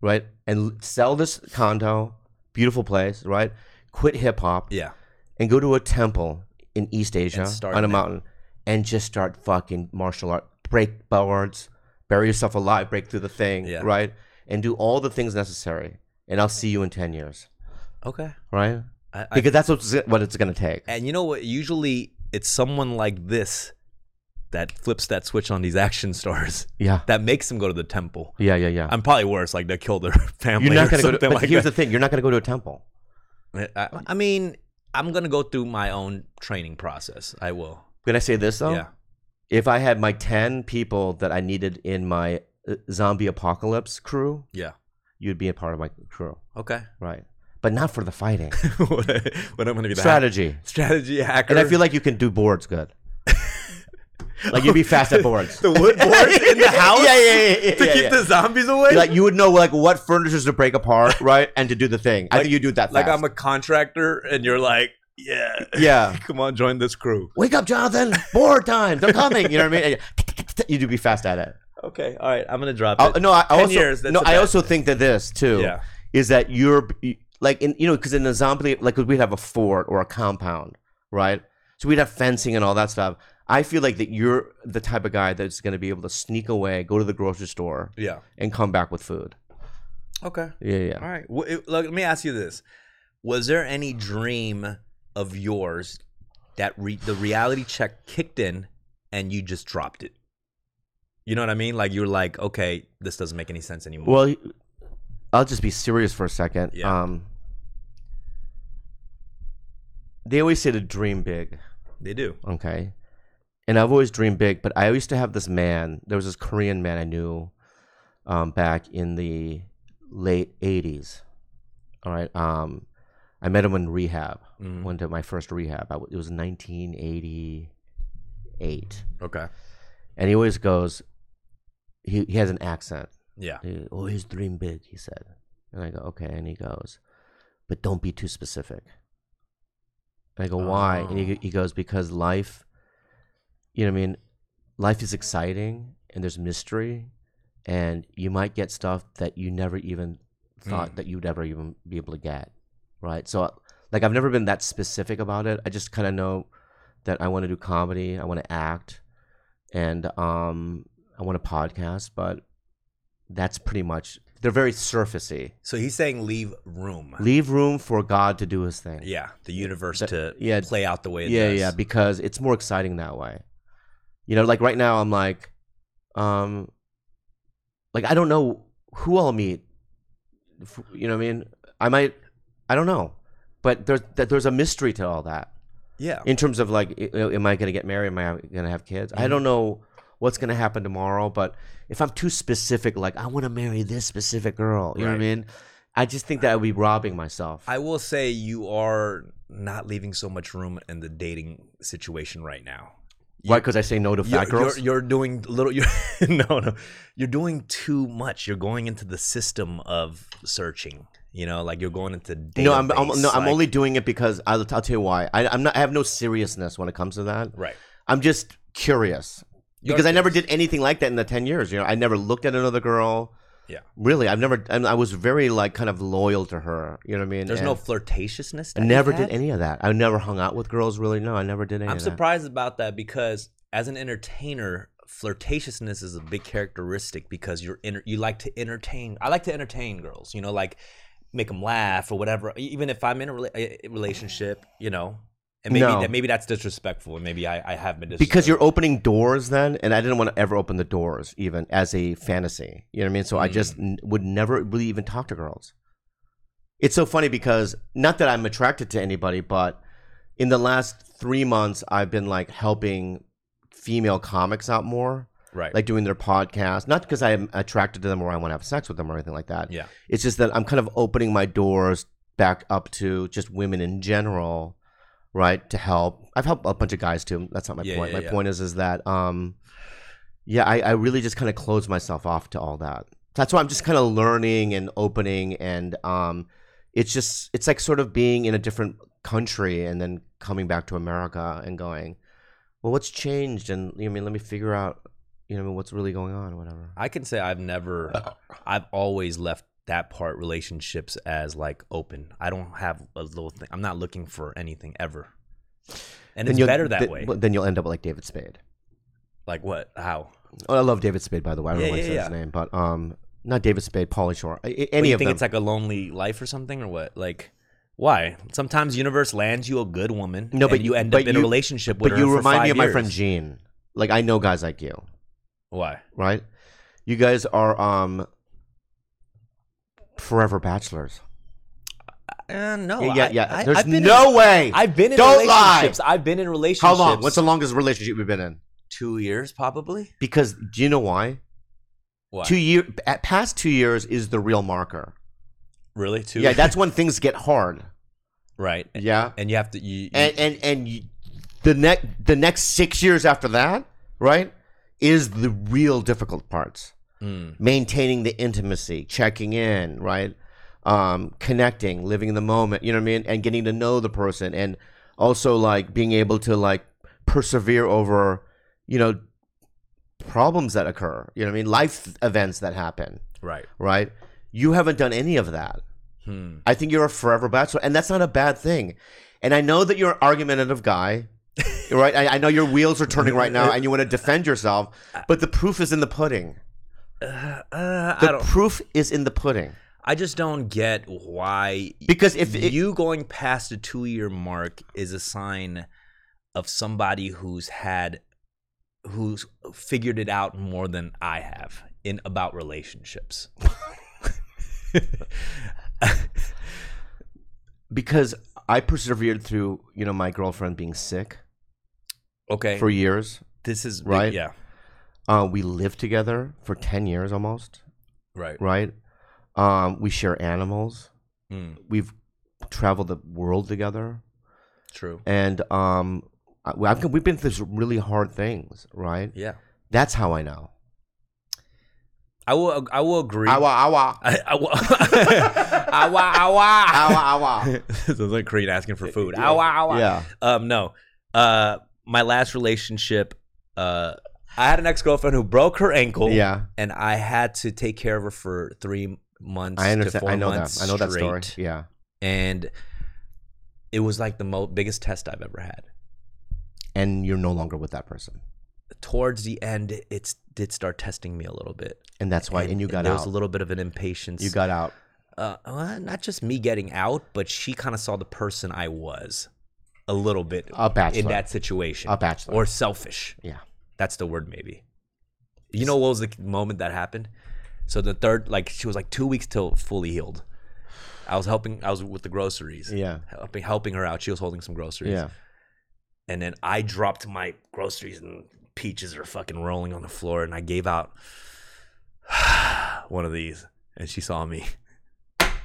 Speaker 1: right? And l- sell this condo, beautiful place, right? Quit hip hop
Speaker 2: Yeah.
Speaker 1: and go to a temple in East Asia
Speaker 2: start
Speaker 1: on a
Speaker 2: now.
Speaker 1: mountain and just start fucking martial art, break boards, bury yourself alive, break through the thing,
Speaker 2: Yeah.
Speaker 1: right? And do all the things necessary. And I'll see you in 10 years,
Speaker 2: Okay.
Speaker 1: right?
Speaker 2: I, I,
Speaker 1: Because that's what's, what it's going to take.
Speaker 2: and you know what? Usually, it's someone like this that flips that switch on these action stars
Speaker 1: Yeah.
Speaker 2: that makes them go to the temple.
Speaker 1: Yeah, yeah, yeah.
Speaker 2: I'm probably worse. Like they kill their family.
Speaker 1: you're not
Speaker 2: going
Speaker 1: gonna
Speaker 2: to
Speaker 1: go. To, but
Speaker 2: like
Speaker 1: here's
Speaker 2: that.
Speaker 1: the thing: you're not gonna go to a temple.
Speaker 2: I, I mean, I'm gonna go through my own training process. I will.
Speaker 1: Can I say this though?
Speaker 2: Yeah.
Speaker 1: If I had my ten people that I needed in my uh, zombie apocalypse crew,
Speaker 2: Yeah.
Speaker 1: you'd be a part of my crew,
Speaker 2: Okay.
Speaker 1: right? But not for the fighting
Speaker 2: what, I, what I'm gonna be the hack-
Speaker 1: strategy.
Speaker 2: strategy hacker.
Speaker 1: And I feel like you can do boards good. like you'd be fast at boards.
Speaker 2: the wood boards in the house
Speaker 1: Yeah, yeah, yeah, yeah,
Speaker 2: to
Speaker 1: yeah,
Speaker 2: keep
Speaker 1: yeah.
Speaker 2: the zombies away.
Speaker 1: Like you would know like what furnitures to break apart, right? And to do the thing. I
Speaker 2: Like-
Speaker 1: think you do that.
Speaker 2: Like
Speaker 1: fast.
Speaker 2: I'm a contractor, and you're like, yeah,
Speaker 1: yeah.
Speaker 2: come on, join this crew.
Speaker 1: Wake up, Jonathan! Board time. They're coming. You know what I mean? You'd be fast at it.
Speaker 2: Okay. All right. I'm gonna drop
Speaker 1: I,
Speaker 2: it.
Speaker 1: Oh, no, I I
Speaker 2: 10
Speaker 1: also
Speaker 2: years, that's
Speaker 1: no,
Speaker 2: the
Speaker 1: I
Speaker 2: best.
Speaker 1: also think that this too
Speaker 2: Yeah.
Speaker 1: is that you're like in you know because in a zombie like we'd have a fort or a compound, right? So we'd have fencing and all that stuff. I feel like that you're the type of guy that's going to be able to sneak away, go to the grocery store,
Speaker 2: Yeah.
Speaker 1: and come back with food.
Speaker 2: Okay.
Speaker 1: Yeah, yeah.
Speaker 2: All right. Well, it- look, let me ask you this: Was there any dream of yours that re- the reality check kicked in and you just dropped it? You know what I mean? Like you're like, okay, this doesn't make any sense anymore.
Speaker 1: Well, I'll just be serious for a second.
Speaker 2: Yeah.
Speaker 1: Um, they always say to dream big.
Speaker 2: they do.
Speaker 1: okay and i've always dreamed big but i used to have this man there was this korean man i knew um, back in the late 80s all right um, i met him in rehab
Speaker 2: Mhm.
Speaker 1: went to my first rehab I w it was 1988
Speaker 2: Okay.
Speaker 1: and he always goes he, he has an accent
Speaker 2: Yeah.
Speaker 1: he, oh he's dream big he said and i go okay and he goes but don't be too specific and i go why and he,
Speaker 2: Oh.
Speaker 1: he goes because life you know what i mean life is exciting and there's mystery and you might get stuff that you never even thought that you'd ever even be able to get right so like i've never been that specific about it i just kind of know that i want to do comedy i want to act and um i want to podcast but that's pretty much they're very surfacey
Speaker 2: So he's saying leave room.
Speaker 1: leave room for god to do his thing
Speaker 2: yeah, the universe to
Speaker 1: yeah.
Speaker 2: play out the way it
Speaker 1: yeah
Speaker 2: does.
Speaker 1: yeah because it's more exciting that way you know like right now i'm like um like i don't know who i'll meet F- you know what i mean i might i don't know but there's that there's a mystery to all that
Speaker 2: yeah.
Speaker 1: in terms of like you know, am i going to get married am i going to have kids
Speaker 2: Mm-hmm.
Speaker 1: i don't know what's going to happen tomorrow but if i'm too specific like i want to marry this specific girl you know what i
Speaker 2: Right.
Speaker 1: mean i just think that i would be robbing myself
Speaker 2: I will say you are not leaving so much room in the dating situation right now.
Speaker 1: why because i say no to
Speaker 2: you're,
Speaker 1: fat girls
Speaker 2: You're, you're doing little. You're, no, no, you're doing too much. You're going into the system of searching. You know, like you're going into database,
Speaker 1: no, I'm, I'm no, I'm
Speaker 2: like-
Speaker 1: only doing it because I'll, I'll tell you why. I, I'm not. I have no seriousness when it comes to that.
Speaker 2: right.
Speaker 1: I'm just curious
Speaker 2: You
Speaker 1: because
Speaker 2: are
Speaker 1: I never did anything like that in the ten years. You know, I never looked at another girl.
Speaker 2: Yeah.
Speaker 1: Really, I've never. I, I was very like kind of loyal to her. You know what I mean?
Speaker 2: There's
Speaker 1: And
Speaker 2: no flirtatiousness.
Speaker 1: I
Speaker 2: that you
Speaker 1: never
Speaker 2: had?
Speaker 1: did any of that. I never hung out with girls. Really, no, I never did any.
Speaker 2: I'm
Speaker 1: of that.
Speaker 2: surprised about that because as an entertainer, flirtatiousness is a big characteristic because you're enter- you like to entertain. I like to entertain girls, you know, like make them laugh or whatever. E- Even if I'm in a rela- a- a relationship, you know, and maybe
Speaker 1: No.
Speaker 2: that, maybe that's disrespectful, and maybe I, I have been disrespectful.
Speaker 1: because you're opening doors then and i didn't want to ever open the doors even as a fantasy you know what i mean so i just n- would never really even talk to girls it's so funny because not that i'm attracted to anybody but in the last three months i've been like helping female comics out more
Speaker 2: right,
Speaker 1: like doing their podcast not because i'm attracted to them or i want to have sex with them or anything like that
Speaker 2: yeah,
Speaker 1: it's just that I'm kind of opening my doors back up to just women in general, right? To help. I've helped a bunch of guys too. That's not my
Speaker 2: Yeah,
Speaker 1: point.
Speaker 2: yeah,
Speaker 1: my
Speaker 2: yeah.
Speaker 1: point is is that um yeah, I, I really just kind of closed myself off to all that. That's why I'm just kind of learning and opening and um it's just it's like sort of being in a different country and then coming back to America and going, Well, what's changed? And you know, what I mean, let me figure out you know what's really going on or whatever.
Speaker 2: I can say I've
Speaker 1: Oh.
Speaker 2: never, I've always left that part relationships as like open. I don't have a little thing. I'm not looking for anything ever, and it's
Speaker 1: you'll-
Speaker 2: better that
Speaker 1: th-
Speaker 2: way.
Speaker 1: Then you'll end up like David Spade.
Speaker 2: Like what? How?
Speaker 1: Oh, I love David Spade, by the way. I don't
Speaker 2: Yeah,
Speaker 1: know what
Speaker 2: yeah,
Speaker 1: he said
Speaker 2: yeah.
Speaker 1: his name, but um, not David Spade, Pauly Shore, I- I-
Speaker 2: But
Speaker 1: any
Speaker 2: you
Speaker 1: of
Speaker 2: think
Speaker 1: them.
Speaker 2: it's like a lonely life or something or what? Like why? Sometimes universe lands you a good woman.
Speaker 1: No, but
Speaker 2: and you
Speaker 1: you-
Speaker 2: end
Speaker 1: but
Speaker 2: up in a
Speaker 1: you-
Speaker 2: relationship with
Speaker 1: but
Speaker 2: her.
Speaker 1: you
Speaker 2: for
Speaker 1: remind me
Speaker 2: five
Speaker 1: of my friend
Speaker 2: years.
Speaker 1: Gene. Like I know guys like you,
Speaker 2: Why?
Speaker 1: right? You guys are um, forever bachelors.
Speaker 2: Uh, no.
Speaker 1: yeah, yeah.
Speaker 2: I-
Speaker 1: yeah.
Speaker 2: I,
Speaker 1: There's
Speaker 2: I've been
Speaker 1: no
Speaker 2: in,
Speaker 1: way.
Speaker 2: I've been in
Speaker 1: Don't lie.
Speaker 2: relationships. I've been in relationships.
Speaker 1: How long? What's the longest relationship we've been in?
Speaker 2: two years probably?
Speaker 1: Because do you know why?
Speaker 2: Why?
Speaker 1: Two year, at past two years is the real marker.
Speaker 2: really two?
Speaker 1: Yeah, that's when things get hard.
Speaker 2: right.
Speaker 1: Yeah,
Speaker 2: And you have to. You, you-
Speaker 1: and and and you, the next the next six years after that, right, is the real difficult parts.
Speaker 2: Mm,
Speaker 1: Maintaining the intimacy, checking in, right, um, connecting, living in the moment. You know what I mean, and getting to know the person, and also like being able to like persevere over, you know, problems that occur. You know what I mean, life events that happen,
Speaker 2: right.
Speaker 1: right. You haven't done any of that.
Speaker 2: Hmm.
Speaker 1: I think you're a forever bachelor, and that's not a bad thing. And I know that you're an argumentative guy, right? I, I know your wheels are turning right now, and you want to defend yourself, but the proof is in the pudding.
Speaker 2: Uh, I
Speaker 1: The
Speaker 2: don't.
Speaker 1: proof is in the pudding.
Speaker 2: I just don't get why
Speaker 1: Because if it,
Speaker 2: you going past the two year mark is a sign of somebody who's had who's figured it out more than I have in about relationships.
Speaker 1: because I persevered through, you know, my girlfriend being sick
Speaker 2: Okay.
Speaker 1: for years.
Speaker 2: this is
Speaker 1: Right.
Speaker 2: Yeah.
Speaker 1: Uh, we lived together for ten years almost,
Speaker 2: Right.
Speaker 1: right? Um, we share animals.
Speaker 2: Mm,
Speaker 1: We've traveled the world together.
Speaker 2: true.
Speaker 1: and um, I- I've, we've been through some really hard things, right?
Speaker 2: Yeah.
Speaker 1: That's how I know.
Speaker 2: I will I will agree.
Speaker 1: Awa awa
Speaker 2: I, I will Awa awa.
Speaker 1: awa awa.
Speaker 2: Sounds like Creed asking for food. Awa awa.
Speaker 1: yeah,
Speaker 2: Um, no. Uh, my last relationship, uh, I had an ex girlfriend who broke her ankle.
Speaker 1: yeah.
Speaker 2: And I had to take care of her for three months.
Speaker 1: I
Speaker 2: To
Speaker 1: understand.
Speaker 2: four
Speaker 1: I know that.
Speaker 2: months
Speaker 1: I know that story.
Speaker 2: straight.
Speaker 1: Yeah.
Speaker 2: And it was like the mo- biggest test I've ever had.
Speaker 1: And you're no longer with that person,
Speaker 2: Towards the end, it did start testing me a little bit.
Speaker 1: and that's why. And, you got
Speaker 2: there
Speaker 1: out.
Speaker 2: was a little bit of an impatience.
Speaker 1: you got out.
Speaker 2: uh, well, not just me getting out, but she kind of saw the person I was a little bit
Speaker 1: A bachelor.
Speaker 2: in that situation.
Speaker 1: A bachelor.
Speaker 2: Or selfish.
Speaker 1: Yeah.
Speaker 2: That's the word, maybe. You know what was the moment that happened? So the third, like, she was like two weeks till fully healed. I was helping. I was with the groceries.
Speaker 1: Yeah.
Speaker 2: Helping, helping her out. She was holding some groceries.
Speaker 1: Yeah.
Speaker 2: And then I dropped my groceries and peaches are fucking rolling on the floor, and I gave out one of these, and she saw me.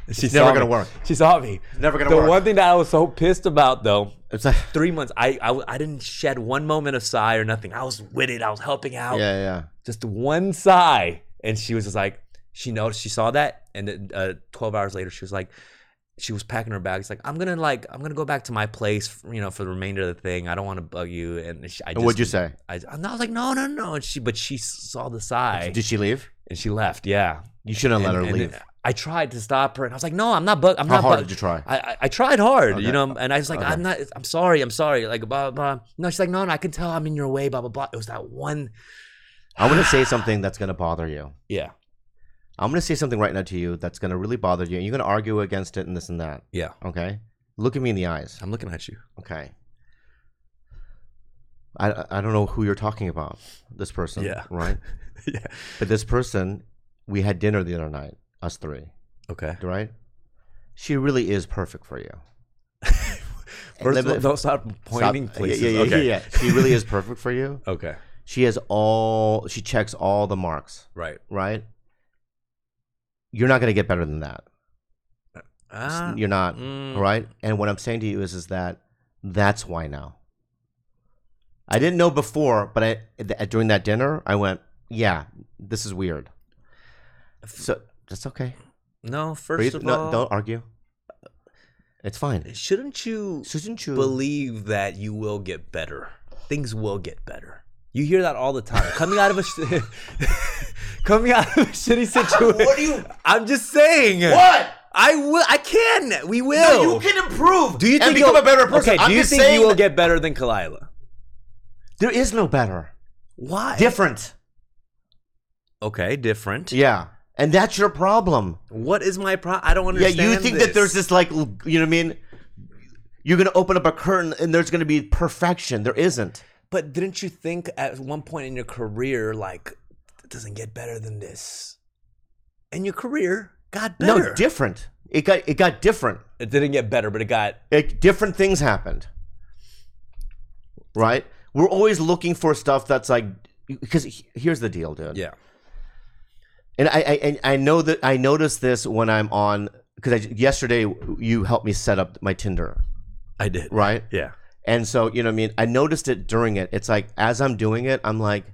Speaker 2: She's
Speaker 1: It's never gonna work.
Speaker 2: She saw me.
Speaker 1: Never gonna
Speaker 2: the
Speaker 1: work.
Speaker 2: one thing that I was so pissed about though
Speaker 1: It's like,
Speaker 2: three months. I, I I didn't shed one moment of sigh or nothing. I was with it. I was helping
Speaker 1: yeah,
Speaker 2: out.
Speaker 1: yeah.
Speaker 2: Just one sigh, and she was just like, she noticed, she saw that, and then uh, twelve hours later, she was like, she was packing her bags, like, I'm gonna like, I'm gonna go back to my place, you know, for the remainder of the thing. I don't want to bug you. And she, I
Speaker 1: And
Speaker 2: just,
Speaker 1: what'd you say?
Speaker 2: I, I was like, no, no, no. And she, but she saw the sigh,
Speaker 1: Did she leave?
Speaker 2: and she left. Yeah,
Speaker 1: You shouldn't let her
Speaker 2: And- and
Speaker 1: leave.
Speaker 2: I tried to stop her, and I was like, "No, I'm not bug. I'm
Speaker 1: How
Speaker 2: not
Speaker 1: hard
Speaker 2: bug-
Speaker 1: did you try?
Speaker 2: I, I, I tried hard,
Speaker 1: Okay.
Speaker 2: you know, and I was like,
Speaker 1: Okay.
Speaker 2: "I'm not. I'm sorry. I'm sorry." Like blah blah. blah. No, she's like, "No, no, I can tell I'm in your way." Blah blah blah. It was that one.
Speaker 1: I'm gonna say something that's gonna bother you.
Speaker 2: Yeah,
Speaker 1: I'm gonna say something right now to you that's gonna really bother you, and you're gonna argue against it and this and that.
Speaker 2: yeah.
Speaker 1: Okay, look at me in the eyes.
Speaker 2: I'm looking at you.
Speaker 1: Okay. I I don't know who you're talking about. This person.
Speaker 2: Yeah.
Speaker 1: Right.
Speaker 2: yeah.
Speaker 1: But this person, we had dinner the other night, us three,
Speaker 2: Okay.
Speaker 1: right? She really is perfect for you.
Speaker 2: First of all,
Speaker 1: Let-
Speaker 2: don't stop pointing,
Speaker 1: Stop-
Speaker 2: places.
Speaker 1: Yeah, yeah, yeah,
Speaker 2: okay.
Speaker 1: yeah. She really is perfect for you.
Speaker 2: Okay.
Speaker 1: She has all. She checks all the marks.
Speaker 2: Right.
Speaker 1: Right. You're not gonna get better than that.
Speaker 2: Ah.
Speaker 1: You're not.
Speaker 2: mm.
Speaker 1: Right. And what I'm saying to you is, is that that's why now. I didn't know before, but I th- during that dinner, I went, yeah, this is weird. So that's okay.
Speaker 2: No. First
Speaker 1: Breathe.
Speaker 2: of
Speaker 1: No,
Speaker 2: all,
Speaker 1: don't argue. It's fine.
Speaker 2: shouldn't you
Speaker 1: Shouldn't you
Speaker 2: believe that you will get better? Things will get better. You hear that all the time. Coming out of a sh- coming out of a shitty situation.
Speaker 1: What do you-
Speaker 2: I'm just saying.
Speaker 1: What?
Speaker 2: I will. I can. We will.
Speaker 1: No, you can improve.
Speaker 2: Do you think
Speaker 1: and become
Speaker 2: you'll-
Speaker 1: a better person?
Speaker 2: Okay. Do
Speaker 1: I'm
Speaker 2: you
Speaker 1: just
Speaker 2: think you
Speaker 1: saying
Speaker 2: will
Speaker 1: that-
Speaker 2: get better than Kalila?
Speaker 1: There is no better.
Speaker 2: Why?
Speaker 1: Different.
Speaker 2: okay. Different.
Speaker 1: Yeah, and that's your problem.
Speaker 2: What is my pro? I don't
Speaker 1: Yeah,
Speaker 2: understand.
Speaker 1: you think that there's this like, l- you know what I mean? You're gonna open up a curtain and there's gonna be perfection. There isn't.
Speaker 2: But didn't you think at one point in your career, like, it doesn't get better than this? And your career got better.
Speaker 1: No, different. It got it got different.
Speaker 2: it didn't get better, but it got
Speaker 1: It, different things happened. Right? We're always looking for stuff that's like, because he- here's the deal, dude.
Speaker 2: yeah.
Speaker 1: And I, I and I know that I notice this when I'm on because yesterday you helped me set up my Tinder,
Speaker 2: I did.
Speaker 1: right?
Speaker 2: Yeah.
Speaker 1: And so you know, what I mean, I noticed it during it. It's like as I'm doing it, I'm like,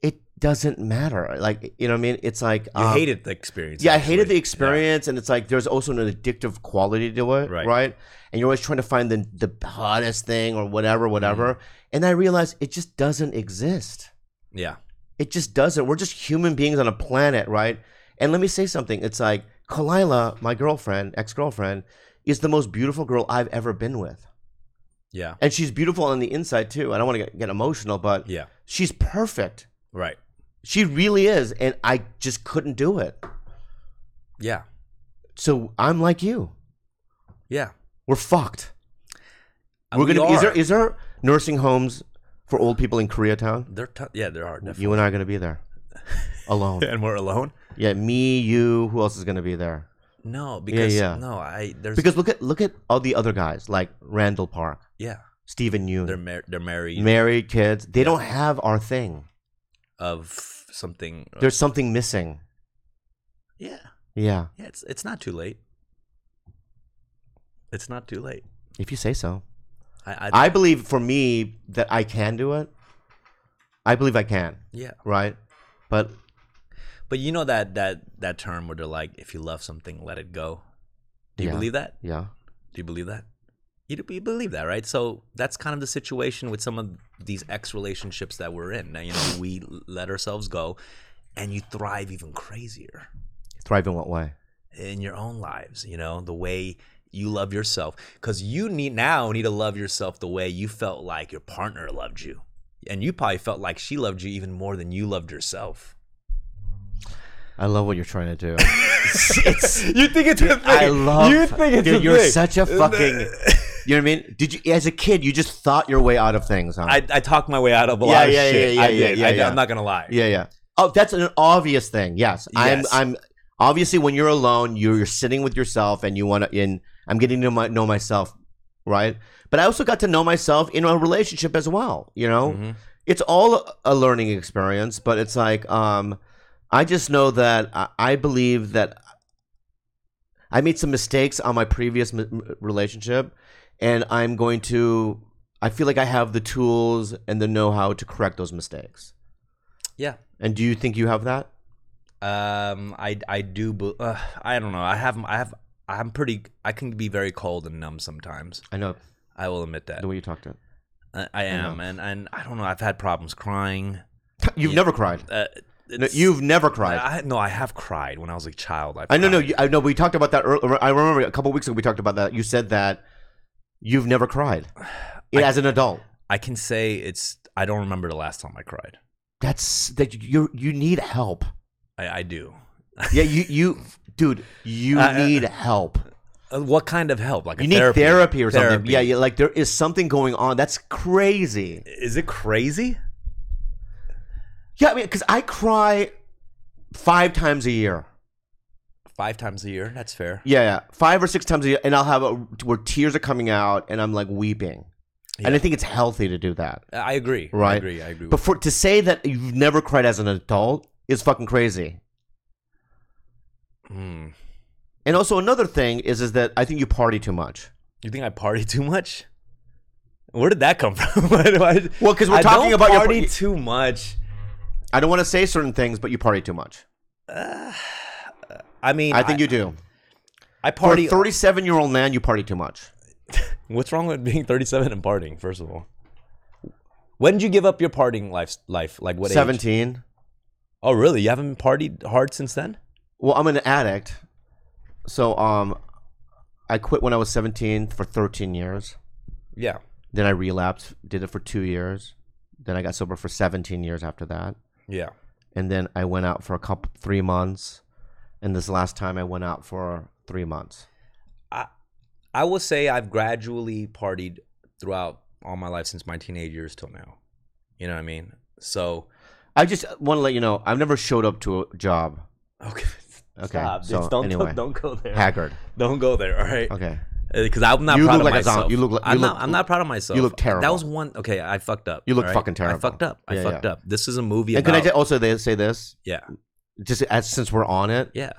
Speaker 1: it doesn't matter. Like you know, what I mean, it's like
Speaker 2: You
Speaker 1: um,
Speaker 2: hated the experience.
Speaker 1: Yeah, I hated the
Speaker 2: actually.
Speaker 1: experience, and it's like there's also an addictive quality to it,
Speaker 2: Right.
Speaker 1: right? And you're always trying to find the the hottest thing or
Speaker 2: Mm-hmm.
Speaker 1: whatever, whatever. And I realized it just doesn't exist.
Speaker 2: Yeah.
Speaker 1: It just doesn't. We're just human beings on a planet, right? And let me say something. It's like Kalila, my girlfriend, ex girlfriend, is the most beautiful girl I've ever been with.
Speaker 2: Yeah.
Speaker 1: And she's beautiful on the inside too. I don't want to get, get emotional, but
Speaker 2: Yeah.
Speaker 1: she's perfect.
Speaker 2: Right.
Speaker 1: She really is. And I just couldn't do it.
Speaker 2: Yeah.
Speaker 1: So I'm like you.
Speaker 2: Yeah.
Speaker 1: We're fucked.
Speaker 2: And
Speaker 1: We're
Speaker 2: Uh, we
Speaker 1: gonna is there
Speaker 2: are.
Speaker 1: is there nursing homes for old people in Koreatown?
Speaker 2: There t- yeah, there are definitely.
Speaker 1: You and I are gonna be there. Alone.
Speaker 2: and we're alone?
Speaker 1: yeah, me, you, who else is gonna be there?
Speaker 2: No, because
Speaker 1: yeah.
Speaker 2: no, I there's
Speaker 1: Because look at look at all the other guys like Randall Park,
Speaker 2: yeah,
Speaker 1: Stephen
Speaker 2: they're
Speaker 1: Yoon,
Speaker 2: mar- they're married
Speaker 1: married kids. They don't have our thing.
Speaker 2: of something. uh,
Speaker 1: There's something missing.
Speaker 2: yeah.
Speaker 1: Yeah,
Speaker 2: Yeah, it's it's not too late. It's not too late.
Speaker 1: if you say so.
Speaker 2: I, I,
Speaker 1: I believe for me that I can do it. I believe I can,
Speaker 2: yeah,
Speaker 1: right? But
Speaker 2: but you know that that that term where they're like, if you love something, let it go. Do you
Speaker 1: Yeah.
Speaker 2: believe that?
Speaker 1: yeah,
Speaker 2: Do you believe that? You, do- you believe that, right? So that's kind of the situation with some of these ex relationships that we're in. Now, you know, we let ourselves go, and you thrive even crazier
Speaker 1: thrive in what way?
Speaker 2: in your own lives. You know, the way you love yourself, because you need now need to love yourself the way you felt like your partner loved you, and you probably felt like she loved you even more than you loved yourself.
Speaker 1: I love what you're trying to do.
Speaker 2: you think it's a thing.
Speaker 1: I love
Speaker 2: you think it's
Speaker 1: dude,
Speaker 2: a
Speaker 1: you're
Speaker 2: thing.
Speaker 1: such a fucking You know what I mean? Did you as a kid you just thought your way out of things, huh?
Speaker 2: I, I talked my way out of a
Speaker 1: Yeah,
Speaker 2: lot of
Speaker 1: yeah,
Speaker 2: shit.
Speaker 1: yeah,
Speaker 2: I
Speaker 1: yeah,
Speaker 2: did.
Speaker 1: yeah,
Speaker 2: I,
Speaker 1: yeah.
Speaker 2: am not gonna lie.
Speaker 1: yeah, yeah. Oh, that's an obvious thing. Yes. I'm
Speaker 2: Yes.
Speaker 1: I'm obviously when you're alone, you're, you're sitting with yourself and you want to and I'm getting to my, know myself, right? But I also got to know myself in a relationship as well, you know?
Speaker 2: Mhm.
Speaker 1: It's all a learning experience, but it's like um I just know that I, I believe that I made some mistakes on my previous m- m- relationship, and I'm going to. I feel like I have the tools and the know-how to correct those mistakes.
Speaker 2: Yeah.
Speaker 1: And do you think you have that?
Speaker 2: Um, I I do. bel- Uh, I don't know. I have I have I'm pretty. I can be very cold and numb sometimes.
Speaker 1: I know
Speaker 2: I will admit that.
Speaker 1: the way you talked to.
Speaker 2: I, I am, and and I don't know. I've had problems crying.
Speaker 1: You've
Speaker 2: Yeah.
Speaker 1: never cried.
Speaker 2: Uh,
Speaker 1: No, you've never cried.
Speaker 2: I, no, I have cried when I was a child. I,
Speaker 1: I know, no,
Speaker 2: cried.
Speaker 1: you, I know. We talked about that. Earlier. I remember a couple weeks ago we talked about that. You said that you've never cried Yeah, as an adult.
Speaker 2: I can say it's. I don't remember the last time I cried.
Speaker 1: That's that you you need help.
Speaker 2: I, I do.
Speaker 1: Yeah, you you dude, you
Speaker 2: I- I-
Speaker 1: need help.
Speaker 2: Uh, What kind of help? Like a
Speaker 1: You need therapy, or something.
Speaker 2: Therapy.
Speaker 1: Yeah, yeah, like there is something going on. That's crazy.
Speaker 2: Is it crazy?
Speaker 1: Yeah, I mean, because I cry five times a year.
Speaker 2: Five times a year. That's fair.
Speaker 1: Yeah, yeah, five or six times a year, and I'll have a, where tears are coming out, and I'm like weeping, and I think it's healthy to do that.
Speaker 2: I agree. I
Speaker 1: Right.
Speaker 2: agree. I agree.
Speaker 1: But
Speaker 2: With
Speaker 1: for to say that you've never cried as an adult is fucking crazy.
Speaker 2: Hmm.
Speaker 1: And also another thing is is that I think you party too much.
Speaker 2: You think I party too much? Where did that come from? Why do I-
Speaker 1: Well, 'cause we're
Speaker 2: I
Speaker 1: talking
Speaker 2: don't
Speaker 1: about your-
Speaker 2: party too much.
Speaker 1: I don't want to say certain things, but you party too much.
Speaker 2: I mean,
Speaker 1: I think you do.
Speaker 2: I
Speaker 1: For
Speaker 2: party.
Speaker 1: a 37 year old man, you party too much.
Speaker 2: What's wrong with being 37 and partying? First of all, when did you give up your partying life? Life like what? age?
Speaker 1: 17.
Speaker 2: Oh, really? You haven't partied hard since then?
Speaker 1: Well, I'm an addict. So um I quit when I was 17 for 13 years.
Speaker 2: Yeah.
Speaker 1: Then I relapsed, did it for 2 years. Then I got sober for 17 years after that.
Speaker 2: Yeah.
Speaker 1: And then I went out for a couple 3 months. And this last time I went out for 3 months.
Speaker 2: I will say I've gradually partied throughout all my life since my teenage years till now. You know what I mean? So
Speaker 1: I just want to let you know I've never showed up to a job
Speaker 2: okay,
Speaker 1: Okay,
Speaker 2: stop.
Speaker 1: so
Speaker 2: Just don't
Speaker 1: anyway.
Speaker 2: don't go there.
Speaker 1: haggard.
Speaker 2: Don't go there. All right.
Speaker 1: Okay.
Speaker 2: Because Uh, I'm not
Speaker 1: You
Speaker 2: proud
Speaker 1: look
Speaker 2: of
Speaker 1: like a
Speaker 2: myself.
Speaker 1: zombie. You look like- you
Speaker 2: I'm
Speaker 1: look-
Speaker 2: not. I'm not proud of myself.
Speaker 1: you look terrible.
Speaker 2: That was one. Okay, I fucked up.
Speaker 1: You look
Speaker 2: all
Speaker 1: fucking terrible.
Speaker 2: I fucked up. I
Speaker 1: Yeah,
Speaker 2: fucked
Speaker 1: yeah.
Speaker 2: up. This is a movie.
Speaker 1: And can I
Speaker 2: about-
Speaker 1: ju- also they say this?
Speaker 2: yeah.
Speaker 1: Just as, since we're on it,
Speaker 2: Yeah.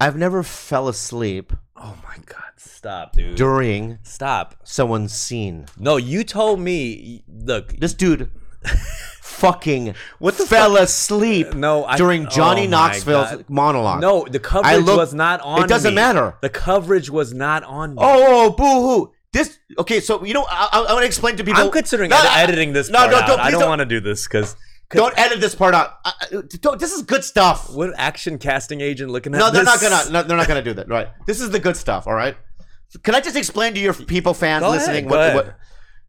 Speaker 1: I've never fell asleep
Speaker 2: Oh my god. Stop, dude.
Speaker 1: during
Speaker 2: stop.
Speaker 1: someone's scene.
Speaker 2: No, you told me. Look.
Speaker 1: This dude fucking
Speaker 2: What the
Speaker 1: fell asleep
Speaker 2: No, I-
Speaker 1: during Johnny
Speaker 2: oh my
Speaker 1: Knoxville's
Speaker 2: God.
Speaker 1: monologue.
Speaker 2: no, the coverage
Speaker 1: look-
Speaker 2: was not on.
Speaker 1: It doesn't
Speaker 2: me.
Speaker 1: matter.
Speaker 2: The coverage was not on. Me.
Speaker 1: Oh, boo hoo. This okay, so you know I, I, want to explain to people.
Speaker 2: I'm considering
Speaker 1: No,
Speaker 2: ed-
Speaker 1: I-
Speaker 2: editing this.
Speaker 1: No,
Speaker 2: part
Speaker 1: no,
Speaker 2: out.
Speaker 1: don't.
Speaker 2: I
Speaker 1: please
Speaker 2: don't
Speaker 1: don't
Speaker 2: want to do this because
Speaker 1: Don't edit this part out. I, I- don't, this is good stuff.
Speaker 2: what action casting agent looking at
Speaker 1: No, they're
Speaker 2: this?
Speaker 1: not gonna. No, they're not gonna do that. Right. This is the good stuff. All right. Can I just explain to your people, fans
Speaker 2: Go ahead,
Speaker 1: listening,
Speaker 2: go
Speaker 1: what,
Speaker 2: ahead.
Speaker 1: what?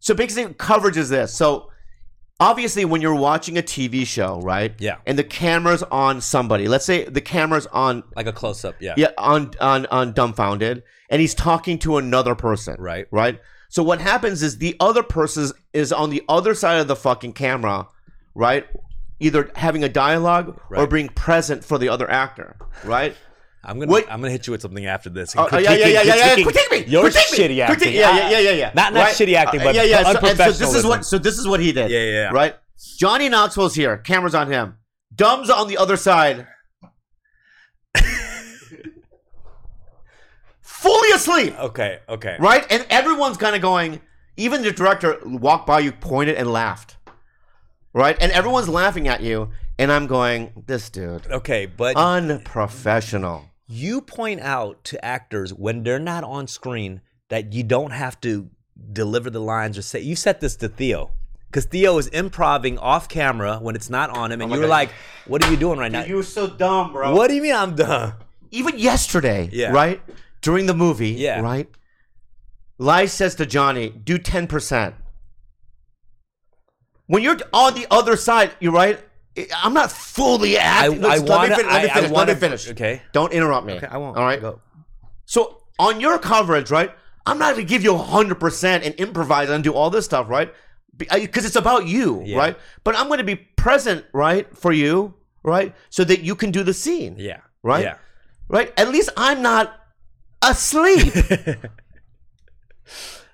Speaker 1: So basically, coverage is this. So obviously, when you're watching a TV show, right?
Speaker 2: Yeah.
Speaker 1: And the camera's on somebody. Let's say the camera's on.
Speaker 2: like a close up. Yeah.
Speaker 1: Yeah, on on on dumbfounded, and he's talking to another person.
Speaker 2: Right.
Speaker 1: Right. So what happens is the other person is on the other side of the fucking camera, right? Either having a dialogue or
Speaker 2: Right.
Speaker 1: being present for the other actor, right?
Speaker 2: I'm gonna
Speaker 1: What-
Speaker 2: I'm gonna hit you with something after this.
Speaker 1: Oh, oh, yeah, yeah, yeah, yeah, yeah,
Speaker 2: critiquing
Speaker 1: yeah. Critique me.
Speaker 2: Your
Speaker 1: critique me.
Speaker 2: shitty acting.
Speaker 1: Critique- Yeah, yeah, yeah, yeah, Uh, yeah.
Speaker 2: Not- not shitty acting, but
Speaker 1: So- and So, this is
Speaker 2: unprofessionalism.
Speaker 1: what. So this is what he did.
Speaker 2: Yeah, yeah, yeah.
Speaker 1: Right. Johnny Knoxville's here. Cameras on him. Dumb's on the other side. Fully asleep.
Speaker 2: Okay. Okay.
Speaker 1: Right. And everyone's kind of going. Even the director walked by you, pointed and laughed. Right. And everyone's laughing at you, and I'm going, this dude,
Speaker 2: Okay, but
Speaker 1: Uh-huh. unprofessional.
Speaker 2: you point out to actors when they're not on screen that you don't have to deliver the lines or say. You said this to Theo. Because Theo is improving off camera when it's not on him, and
Speaker 1: my
Speaker 2: you were
Speaker 1: God.
Speaker 2: like, "What are you doing right now?
Speaker 1: were so dumb, bro.
Speaker 2: what do you mean I'm done?
Speaker 1: even yesterday,
Speaker 2: Yeah.
Speaker 1: right? During the movie,
Speaker 2: Yeah.
Speaker 1: right? Lai says to Johnny, do 10%. When you're on the other side, you're right? I- I'm not fully acting. No,
Speaker 2: I
Speaker 1: just let me
Speaker 2: wanna-
Speaker 1: fin- let me
Speaker 2: I- I
Speaker 1: finish. Let me
Speaker 2: wanna-
Speaker 1: finish.
Speaker 2: okay.
Speaker 1: Don't interrupt me.
Speaker 2: Okay, I won't.
Speaker 1: All right.
Speaker 2: Go.
Speaker 1: So on your coverage, right? I'm not going to give you 100% and improvise and do all this stuff, right? Because it's about you,
Speaker 2: Yeah.
Speaker 1: right? But I'm going to be present, right, for you, right? So that you can do the scene
Speaker 2: Yeah.
Speaker 1: Right?
Speaker 2: Yeah.
Speaker 1: right? At least I'm not asleep.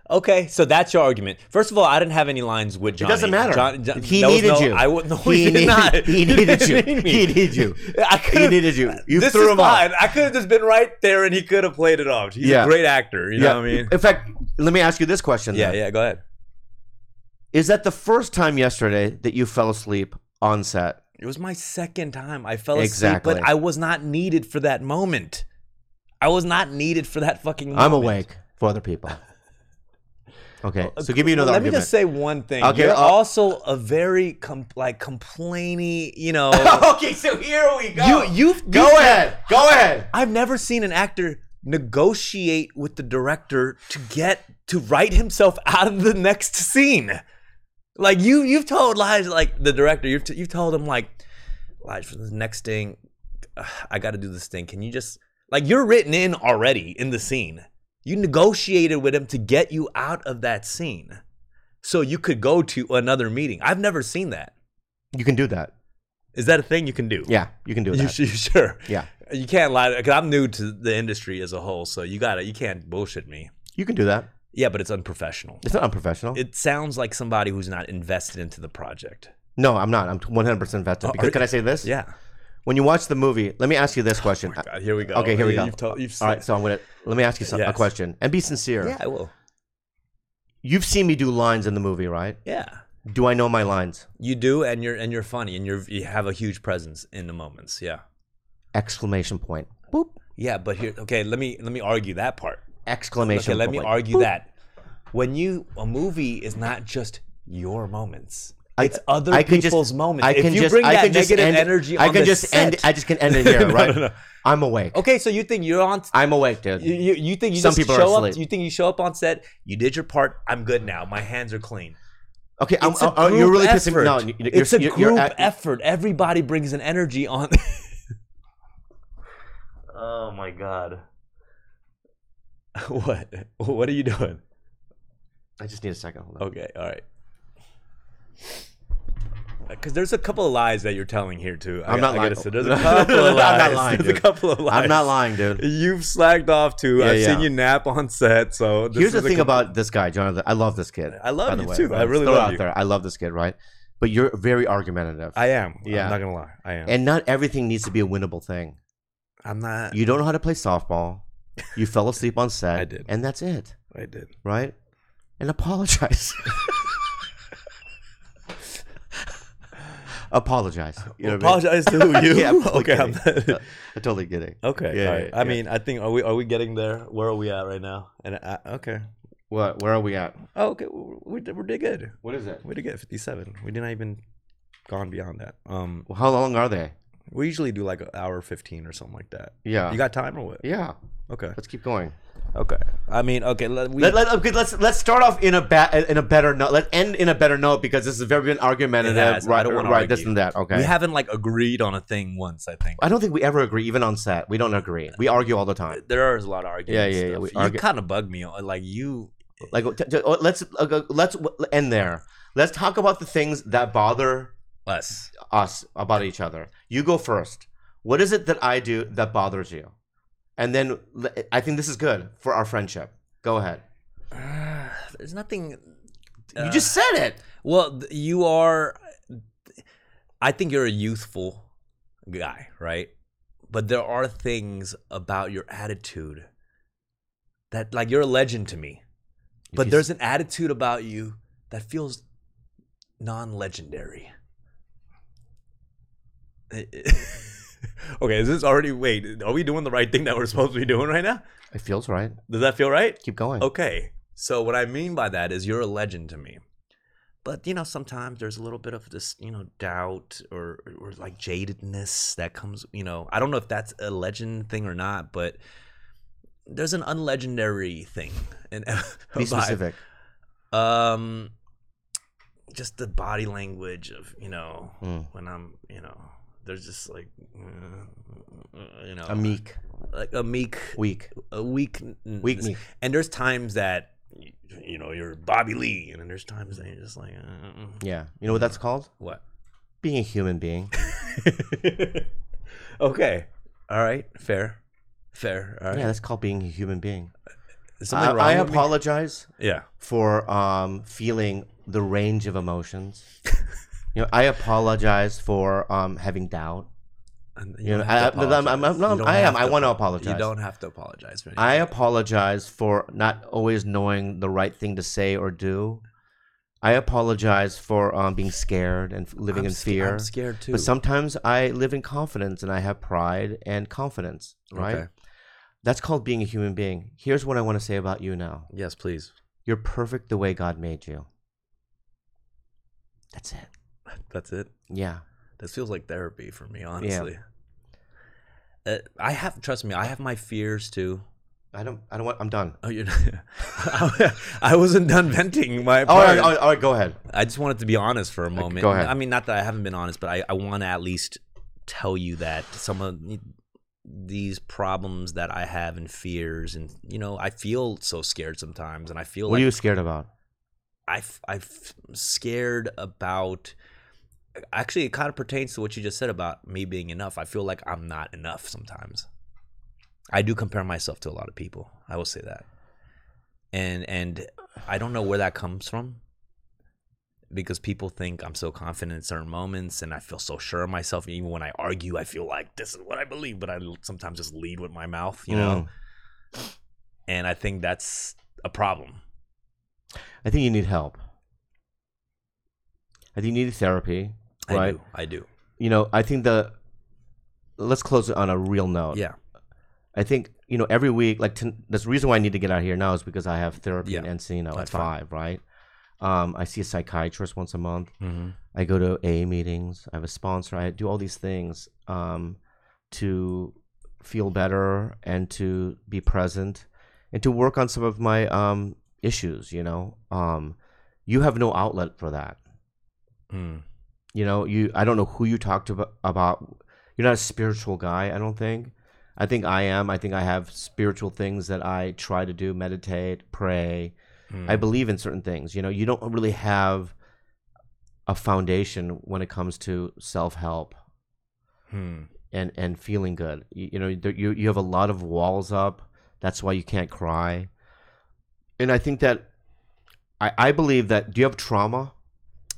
Speaker 2: Okay, so that's your argument. First of all, I didn't have any lines with Johnny.
Speaker 1: doesn't matter.
Speaker 2: John- John-
Speaker 1: He
Speaker 2: there was
Speaker 1: needed
Speaker 2: no-
Speaker 1: you.
Speaker 2: I would no,
Speaker 1: He
Speaker 2: he, did
Speaker 1: needed-
Speaker 2: not.
Speaker 1: he
Speaker 2: didn't
Speaker 1: needed you.
Speaker 2: need me.
Speaker 1: He needed you.
Speaker 2: I
Speaker 1: He
Speaker 2: could've-
Speaker 1: needed you. You
Speaker 2: this
Speaker 1: threw
Speaker 2: is
Speaker 1: him off.
Speaker 2: fine. I could have just been right there, and he could have played it off. He's
Speaker 1: Yeah.
Speaker 2: a great actor. You know what I mean?
Speaker 1: In fact, let me ask you this question.
Speaker 2: Yeah,
Speaker 1: then.
Speaker 2: yeah. Go ahead.
Speaker 1: Is that the first time yesterday that you fell asleep on set?
Speaker 2: It was my second time. I fell
Speaker 1: Exactly.
Speaker 2: asleep, but I was not needed for that moment. I was not needed for that fucking. moment.
Speaker 1: I'm awake for other people. Okay, so give me another
Speaker 2: Let me
Speaker 1: argument.
Speaker 2: just say one thing.
Speaker 1: Okay,
Speaker 2: You're
Speaker 1: uh,
Speaker 2: also a very com- like complaining, you know.
Speaker 1: okay, so here we
Speaker 2: you you've
Speaker 1: go
Speaker 2: you've-
Speaker 1: ahead. Go ahead.
Speaker 2: I've never seen an actor negotiate with the director to get to write himself out of the next scene. Like you, you've told lies. Like the director, you've t- you've told him like, lies for the next thing, ugh, I got to do this thing. Can you just like you're written in already in the scene. You negotiated with him to get you out of that scene, so you could go to another meeting. I've never seen that.
Speaker 1: You can do that.
Speaker 2: Is that a thing you can do?
Speaker 1: Yeah, you can do
Speaker 2: You,
Speaker 1: that.
Speaker 2: su- you sure?
Speaker 1: Yeah.
Speaker 2: You can't lie because I'm new to the industry as a whole, so you gotta you can't bullshit me.
Speaker 1: You can do that.
Speaker 2: Yeah, but it's unprofessional.
Speaker 1: It's not unprofessional.
Speaker 2: It sounds like somebody who's not invested into the project.
Speaker 1: no, I'm not. I'm 100% invested.
Speaker 2: Oh,
Speaker 1: Because
Speaker 2: are-
Speaker 1: can I say this?
Speaker 2: Yeah. Oh
Speaker 1: When you watch the movie, let me ask you this question.
Speaker 2: God, here we go.
Speaker 1: Uh, Okay, here we
Speaker 2: You-
Speaker 1: go.
Speaker 2: You've told, you've
Speaker 1: All right, so I'm gonna let me ask you some, a
Speaker 2: Yes.
Speaker 1: question and be sincere.
Speaker 2: yeah, I will.
Speaker 1: You've seen me do lines in the movie, right?
Speaker 2: Yeah,
Speaker 1: Do I know my lines?
Speaker 2: you do, and you're and you're funny, and you're you have a huge presence in the moments. Yeah.
Speaker 1: Exclamation point. Boop.
Speaker 2: Yeah, but here, okay, let me let me argue that part.
Speaker 1: Exclamation
Speaker 2: Okay, let me
Speaker 1: point.
Speaker 2: argue that when you a movie is not just your moments.
Speaker 1: I-
Speaker 2: It's other
Speaker 1: I can just-
Speaker 2: people's moments.
Speaker 1: I can
Speaker 2: if you
Speaker 1: just,
Speaker 2: bring
Speaker 1: I
Speaker 2: that
Speaker 1: can just
Speaker 2: negative
Speaker 1: end-
Speaker 2: energy,
Speaker 1: I
Speaker 2: on
Speaker 1: can
Speaker 2: the
Speaker 1: just end.
Speaker 2: set-
Speaker 1: I just can end it here,
Speaker 2: No,
Speaker 1: right?
Speaker 2: no, no.
Speaker 1: I'm awake.
Speaker 2: Okay, so you think you're on?
Speaker 1: I'm awake, dude.
Speaker 2: You, you, you think you
Speaker 1: Some
Speaker 2: just
Speaker 1: people are
Speaker 2: show up?
Speaker 1: asleep.
Speaker 2: You think you show up on set? You did your part. I'm good now. My hands are clean.
Speaker 1: okay, I'm,
Speaker 2: It's a
Speaker 1: oh, you're
Speaker 2: group
Speaker 1: really
Speaker 2: effort.
Speaker 1: pissing me. No, you- you're,
Speaker 2: it's a
Speaker 1: you're,
Speaker 2: group
Speaker 1: you're at-
Speaker 2: effort. Everybody brings an energy on. oh my god. What? What are you doing?
Speaker 1: I just need a second. Hold on.
Speaker 2: Okay, all right. Because there's a couple of lies that you're telling here too. I,
Speaker 1: I'm not
Speaker 2: I gotta
Speaker 1: lying.
Speaker 2: say, there's a couple of
Speaker 1: I'm not
Speaker 2: lies.
Speaker 1: lying,
Speaker 2: There's a
Speaker 1: dude.
Speaker 2: couple of Oh, lies.
Speaker 1: I'm not lying, dude.
Speaker 2: You've slacked off too.
Speaker 1: Yeah,
Speaker 2: I've
Speaker 1: yeah.
Speaker 2: seen you nap on set. So this
Speaker 1: Here's the
Speaker 2: is a
Speaker 1: thing
Speaker 2: com-
Speaker 1: about this guy, Jonathan. I love this kid.
Speaker 2: I love
Speaker 1: by the
Speaker 2: you
Speaker 1: way,
Speaker 2: too.
Speaker 1: right?
Speaker 2: I really
Speaker 1: Throw it
Speaker 2: love
Speaker 1: out
Speaker 2: you.
Speaker 1: There. I love this kid, right? But you're very argumentative,
Speaker 2: I am.
Speaker 1: Yeah.
Speaker 2: I'm not gonna lie. I am.
Speaker 1: and not everything needs to be a winnable thing.
Speaker 2: I'm not.
Speaker 1: You don't know how to play softball. You fell asleep on set.
Speaker 2: I did.
Speaker 1: and that's it,
Speaker 2: I did.
Speaker 1: right? And apologize. apologize. You know what I mean?
Speaker 2: apologize to who you.
Speaker 1: Yeah, I'm totally
Speaker 2: okay. I'm
Speaker 1: kidding.
Speaker 2: not-
Speaker 1: I'm totally kidding.
Speaker 2: okay.
Speaker 1: Yeah,
Speaker 2: all right.
Speaker 1: yeah,
Speaker 2: I
Speaker 1: yeah.
Speaker 2: mean, I think are we are we getting there? Where are we at right now? And I, okay.
Speaker 1: What? Where are we at?
Speaker 2: Oh, okay. We, we, we did good.
Speaker 1: What is it?
Speaker 2: We did good. 57. We didn't even gone beyond that. Um,
Speaker 1: Well, how long are they?
Speaker 2: we usually do like an hour 15 or something like that.
Speaker 1: Yeah.
Speaker 2: You got time or what?
Speaker 1: yeah.
Speaker 2: Okay.
Speaker 1: Let's keep going.
Speaker 2: Okay. I mean, okay. Let, we,
Speaker 1: Let, let, okay, let's let's start off in a ba- in a better note. Let's end in a better note because this has very been argumentative,
Speaker 2: It has. I
Speaker 1: right?
Speaker 2: don't wanna
Speaker 1: right, this
Speaker 2: argue.
Speaker 1: and that. Okay.
Speaker 2: we haven't like agreed on a thing once, I think.
Speaker 1: I don't think we ever agree, even on set. We don't agree. We argue all the time.
Speaker 2: there is a lot of arguments.
Speaker 1: yeah, yeah,
Speaker 2: stuff.
Speaker 1: we
Speaker 2: you
Speaker 1: argue-
Speaker 2: kind of bug me. on- Like you,
Speaker 1: Like, t- t- oh, let's uh, go- let's w- end there. Let's talk about the things that bother
Speaker 2: us.
Speaker 1: us about each other. You go first. What is it that I do that bothers you? And then l- I think this is good for our friendship. Go ahead.
Speaker 2: There's nothing.
Speaker 1: you just said it.
Speaker 2: Uh, Well, th- you are. I think you're a youthful guy, right? But there are things about your attitude that, like, you're a legend to me. But
Speaker 1: you-
Speaker 2: there's an attitude about you that feels non-legendary. okay, is this already? Wait, are we doing the right thing that we're supposed to be doing right now?
Speaker 1: It feels right.
Speaker 2: Does that feel right?
Speaker 1: Keep going.
Speaker 2: Okay. So what I mean by that is you're a legend to me. But you know, sometimes there's a little bit of this, you know, doubt or or like jadedness that comes, you know. I don't know if that's a legend thing or not, but there's an unlegendary thing. And
Speaker 1: Be specific.
Speaker 2: Um just the body language of, you know,
Speaker 1: Mm.
Speaker 2: when I'm, you know, there's just like uh, you know,
Speaker 1: A meek,
Speaker 2: like a meek
Speaker 1: weak,
Speaker 2: a weak n-
Speaker 1: weak
Speaker 2: n-
Speaker 1: meek.
Speaker 2: and there's times that y- you know you're Bobby Lee, and then there's times that you're just like, uh,
Speaker 1: Yeah. You know what that's called?
Speaker 2: what?
Speaker 1: Being a human being.
Speaker 2: okay, all right, fair, fair. All right,
Speaker 1: Yeah, that's called being a human being. I,
Speaker 2: Is something wrong
Speaker 1: I
Speaker 2: with me?
Speaker 1: apologize
Speaker 2: Yeah,
Speaker 1: for um, feeling the range of emotions. you know, I apologize for um, having doubt.
Speaker 2: And
Speaker 1: You know,
Speaker 2: don't have
Speaker 1: I-
Speaker 2: to
Speaker 1: but I'm- I'm- I'm-
Speaker 2: apologize.
Speaker 1: no,
Speaker 2: You don't
Speaker 1: I am.
Speaker 2: have
Speaker 1: I wanna
Speaker 2: You
Speaker 1: apologize.
Speaker 2: don't have to apologize for anything.
Speaker 1: I apologize for not always knowing the right thing to say or do. I apologize for um, being scared and f- living
Speaker 2: I'm
Speaker 1: in
Speaker 2: sca-
Speaker 1: fear.
Speaker 2: I'm scared too.
Speaker 1: But sometimes I live in confidence and I have pride and confidence, right?
Speaker 2: Okay.
Speaker 1: That's called being a human being. Here's what I want to say about you now.
Speaker 2: Yes, please.
Speaker 1: You're perfect the way God made you. That's it.
Speaker 2: That's it.
Speaker 1: Yeah.
Speaker 2: This feels like therapy for me, honestly. Uh, I have trust me. I have my fears too.
Speaker 1: I don't. I don't want. I'm done.
Speaker 2: Oh, you're. I wasn't done venting my.
Speaker 1: All right.
Speaker 2: part.
Speaker 1: All right. All right go ahead.
Speaker 2: I just wanted to be honest for a moment.
Speaker 1: oh, go ahead.
Speaker 2: I mean, not that I haven't been honest, but I, I want to at least tell you that some of these problems that I have and fears, and you know, I feel so scared sometimes, and I feel
Speaker 1: What
Speaker 2: like
Speaker 1: are you scared about?
Speaker 2: I f- I f- I'm scared about. Actually, it kind of pertains to what you just said about me being enough. I feel like I'm not enough sometimes. I do compare myself to a lot of people. I will say that, and and I don't know where that comes from. Because people think I'm so confident in certain moments, and I feel so sure of myself. Even when I argue, I feel like this is what I believe, but I l- sometimes just lead with my mouth, you
Speaker 1: Mm.
Speaker 2: know. And I think that's a problem.
Speaker 1: I think you need help. I think you need therapy.
Speaker 2: I
Speaker 1: Right.
Speaker 2: do. I do.
Speaker 1: You know. I think the. Let's close it on a real note.
Speaker 2: Yeah.
Speaker 1: I think you know every week. Like to, that's the reason why I need to get out here now is because I have therapy
Speaker 2: Yeah,
Speaker 1: in Encino at
Speaker 2: that's fine.
Speaker 1: five. Right. Um, I see a psychiatrist once a month.
Speaker 2: Mm-hmm.
Speaker 1: I go to AA meetings. I have a sponsor. I do all these things um, to feel better and to be present and to work on some of my um, issues. You know, um, you have no outlet for that.
Speaker 2: Mm.
Speaker 1: You know, you. I don't know who you talk to abo- about. You're not a spiritual guy. I don't think. I think I am. I think I have spiritual things that I try to do: meditate, pray, I believe in certain things. You know, you don't really have a foundation when it comes to self help
Speaker 2: Hmm.
Speaker 1: and and feeling good. You, you know, there, you you have a lot of walls up. That's why you can't cry. And I think that I I believe that. Do you have trauma?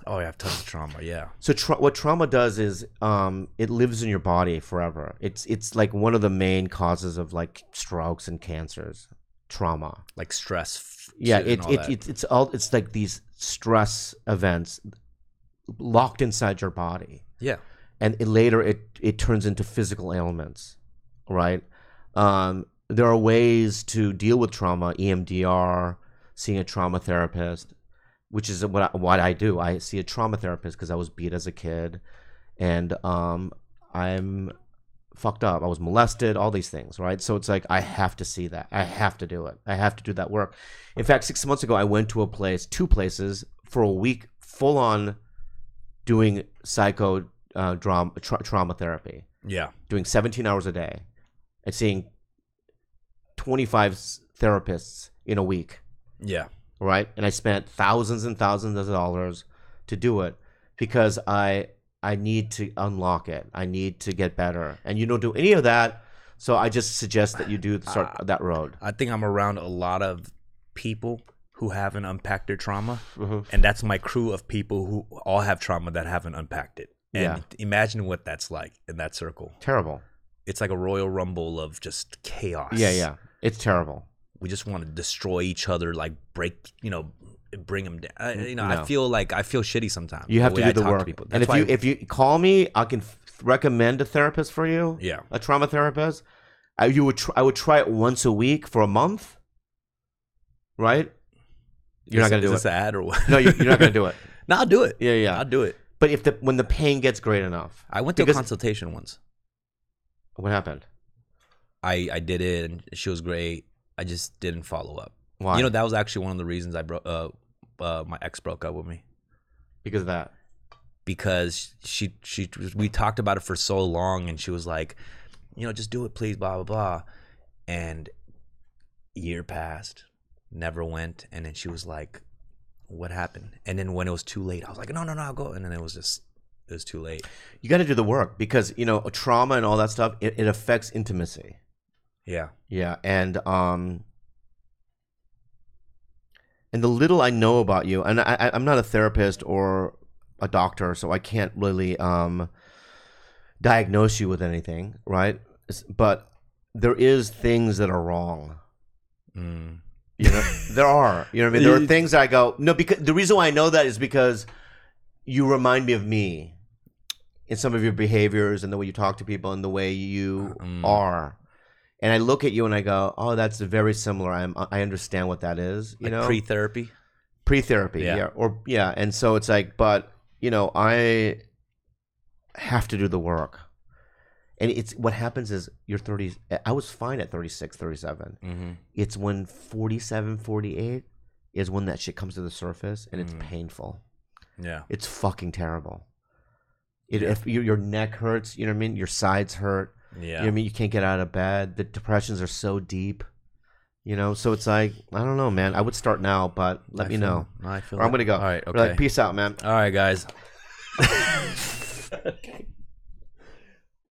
Speaker 2: Oh, I have tons of trauma. Yeah.
Speaker 1: So tra- what trauma does is um, it lives in your body forever. It's it's like one of the main causes of like strokes and cancers. Trauma.
Speaker 2: Like stress. f-
Speaker 1: yeah
Speaker 2: shit
Speaker 1: it,
Speaker 2: and all
Speaker 1: it,
Speaker 2: that.
Speaker 1: it's it's all it's like these stress events locked inside your body
Speaker 2: yeah.
Speaker 1: and it, later it it turns into physical ailments right um there are ways to deal with trauma E emdr seeing a trauma therapist which is what I, what I do i see a trauma therapist because i was beat as a kid and um i'm fucked up. I was molested, all these things, right? So it's like I have to see that. I have to do it. I have to do that work. In fact, 6 months ago I went to a place, two places for a week full on doing psycho uh, drama, tra- trauma therapy,
Speaker 2: Yeah.
Speaker 1: doing 17 hours a day and seeing 25 s- therapists in a week
Speaker 2: Yeah.
Speaker 1: right? And I spent thousands and thousands of dollars to do it because I I need to unlock it. I need to get better, and you don't do any of that. So I just suggest that you do start that road.
Speaker 2: I think I'm around a lot of people who haven't unpacked their trauma,
Speaker 1: Mhm.
Speaker 2: and that's my crew of people who all have trauma that haven't unpacked it. And imagine what that's like in that circle.
Speaker 1: Terrible.
Speaker 2: It's like a royal rumble of just chaos.
Speaker 1: Yeah, yeah. It's terrible.
Speaker 2: we just want to destroy each other, like break, you know, bring them down. I, you know,
Speaker 1: No.
Speaker 2: I feel like I feel shitty sometimes.
Speaker 1: You have to
Speaker 2: way
Speaker 1: do
Speaker 2: I
Speaker 1: the
Speaker 2: talk
Speaker 1: work.
Speaker 2: people.
Speaker 1: and
Speaker 2: That's
Speaker 1: if
Speaker 2: why-
Speaker 1: you if you call me, I can f- recommend a therapist for you.
Speaker 2: yeah,
Speaker 1: a trauma therapist. I, you would tr- I would try it once a week for a month. Right? You're not
Speaker 2: Is-
Speaker 1: gonna
Speaker 2: is
Speaker 1: do
Speaker 2: this
Speaker 1: it.
Speaker 2: an ad or what?
Speaker 1: No, you're, you're not gonna do it.
Speaker 2: no, I'll do it.
Speaker 1: Yeah, yeah.
Speaker 2: I'll do it.
Speaker 1: But if the when the pain gets great enough,
Speaker 2: I went to
Speaker 1: Because-
Speaker 2: a consultation once.
Speaker 1: what happened?
Speaker 2: I I did it, and she was great. I just didn't follow up.
Speaker 1: Why?
Speaker 2: You know, that was actually one of the reasons I broke. Uh, uh, my ex broke up with me
Speaker 1: because of that.
Speaker 2: because she she we talked about it for so long, and she was like, you know, just do it, please, blah blah blah. And year passed, never went, and then she was like, what happened? And then when it was too late, I was like, no no no, I'll go. And then it was just it was too late.
Speaker 1: You got to do the work because you know trauma and all that stuff. It, it affects intimacy.
Speaker 2: Yeah.
Speaker 1: Yeah, and um, and the little I know about you, and I, I, I'm not a therapist or a doctor, so I can't really um diagnose you with anything, right? It's- But there is things that are wrong.
Speaker 2: Mm.
Speaker 1: You know, there are. You know what I mean? There are things that I go, no, because the reason why I know that is because you remind me of me in some of your behaviors and the way you talk to people and the way you
Speaker 2: Mm.
Speaker 1: are. and I look at you and I go, "Oh, that's very similar. I'm, I understand what that is." You
Speaker 2: like
Speaker 1: know,
Speaker 2: pre-therapy.
Speaker 1: pre therapy,
Speaker 2: Yeah.
Speaker 1: yeah. or yeah, and so it's like, but you know, I have to do the work, and it's what happens is you're 30. I was fine at 36, 37.
Speaker 2: Mm-hmm.
Speaker 1: It's when 47, 48 is when that shit comes to the surface, and
Speaker 2: Mm.
Speaker 1: it's painful.
Speaker 2: Yeah.
Speaker 1: It's fucking terrible. It, if your your neck hurts, you know what I mean. Your sides hurt. You know
Speaker 2: Yeah.
Speaker 1: what I mean? You can't get out of bed. The depressions are so deep. You know, so it's like I don't know, man. I would start now, but let
Speaker 2: I
Speaker 1: me
Speaker 2: feel-
Speaker 1: know.
Speaker 2: I feel
Speaker 1: Or I'm
Speaker 2: that.
Speaker 1: gonna go.
Speaker 2: All right,
Speaker 1: We're like,
Speaker 2: okay.
Speaker 1: peace out, man.
Speaker 2: All right, guys.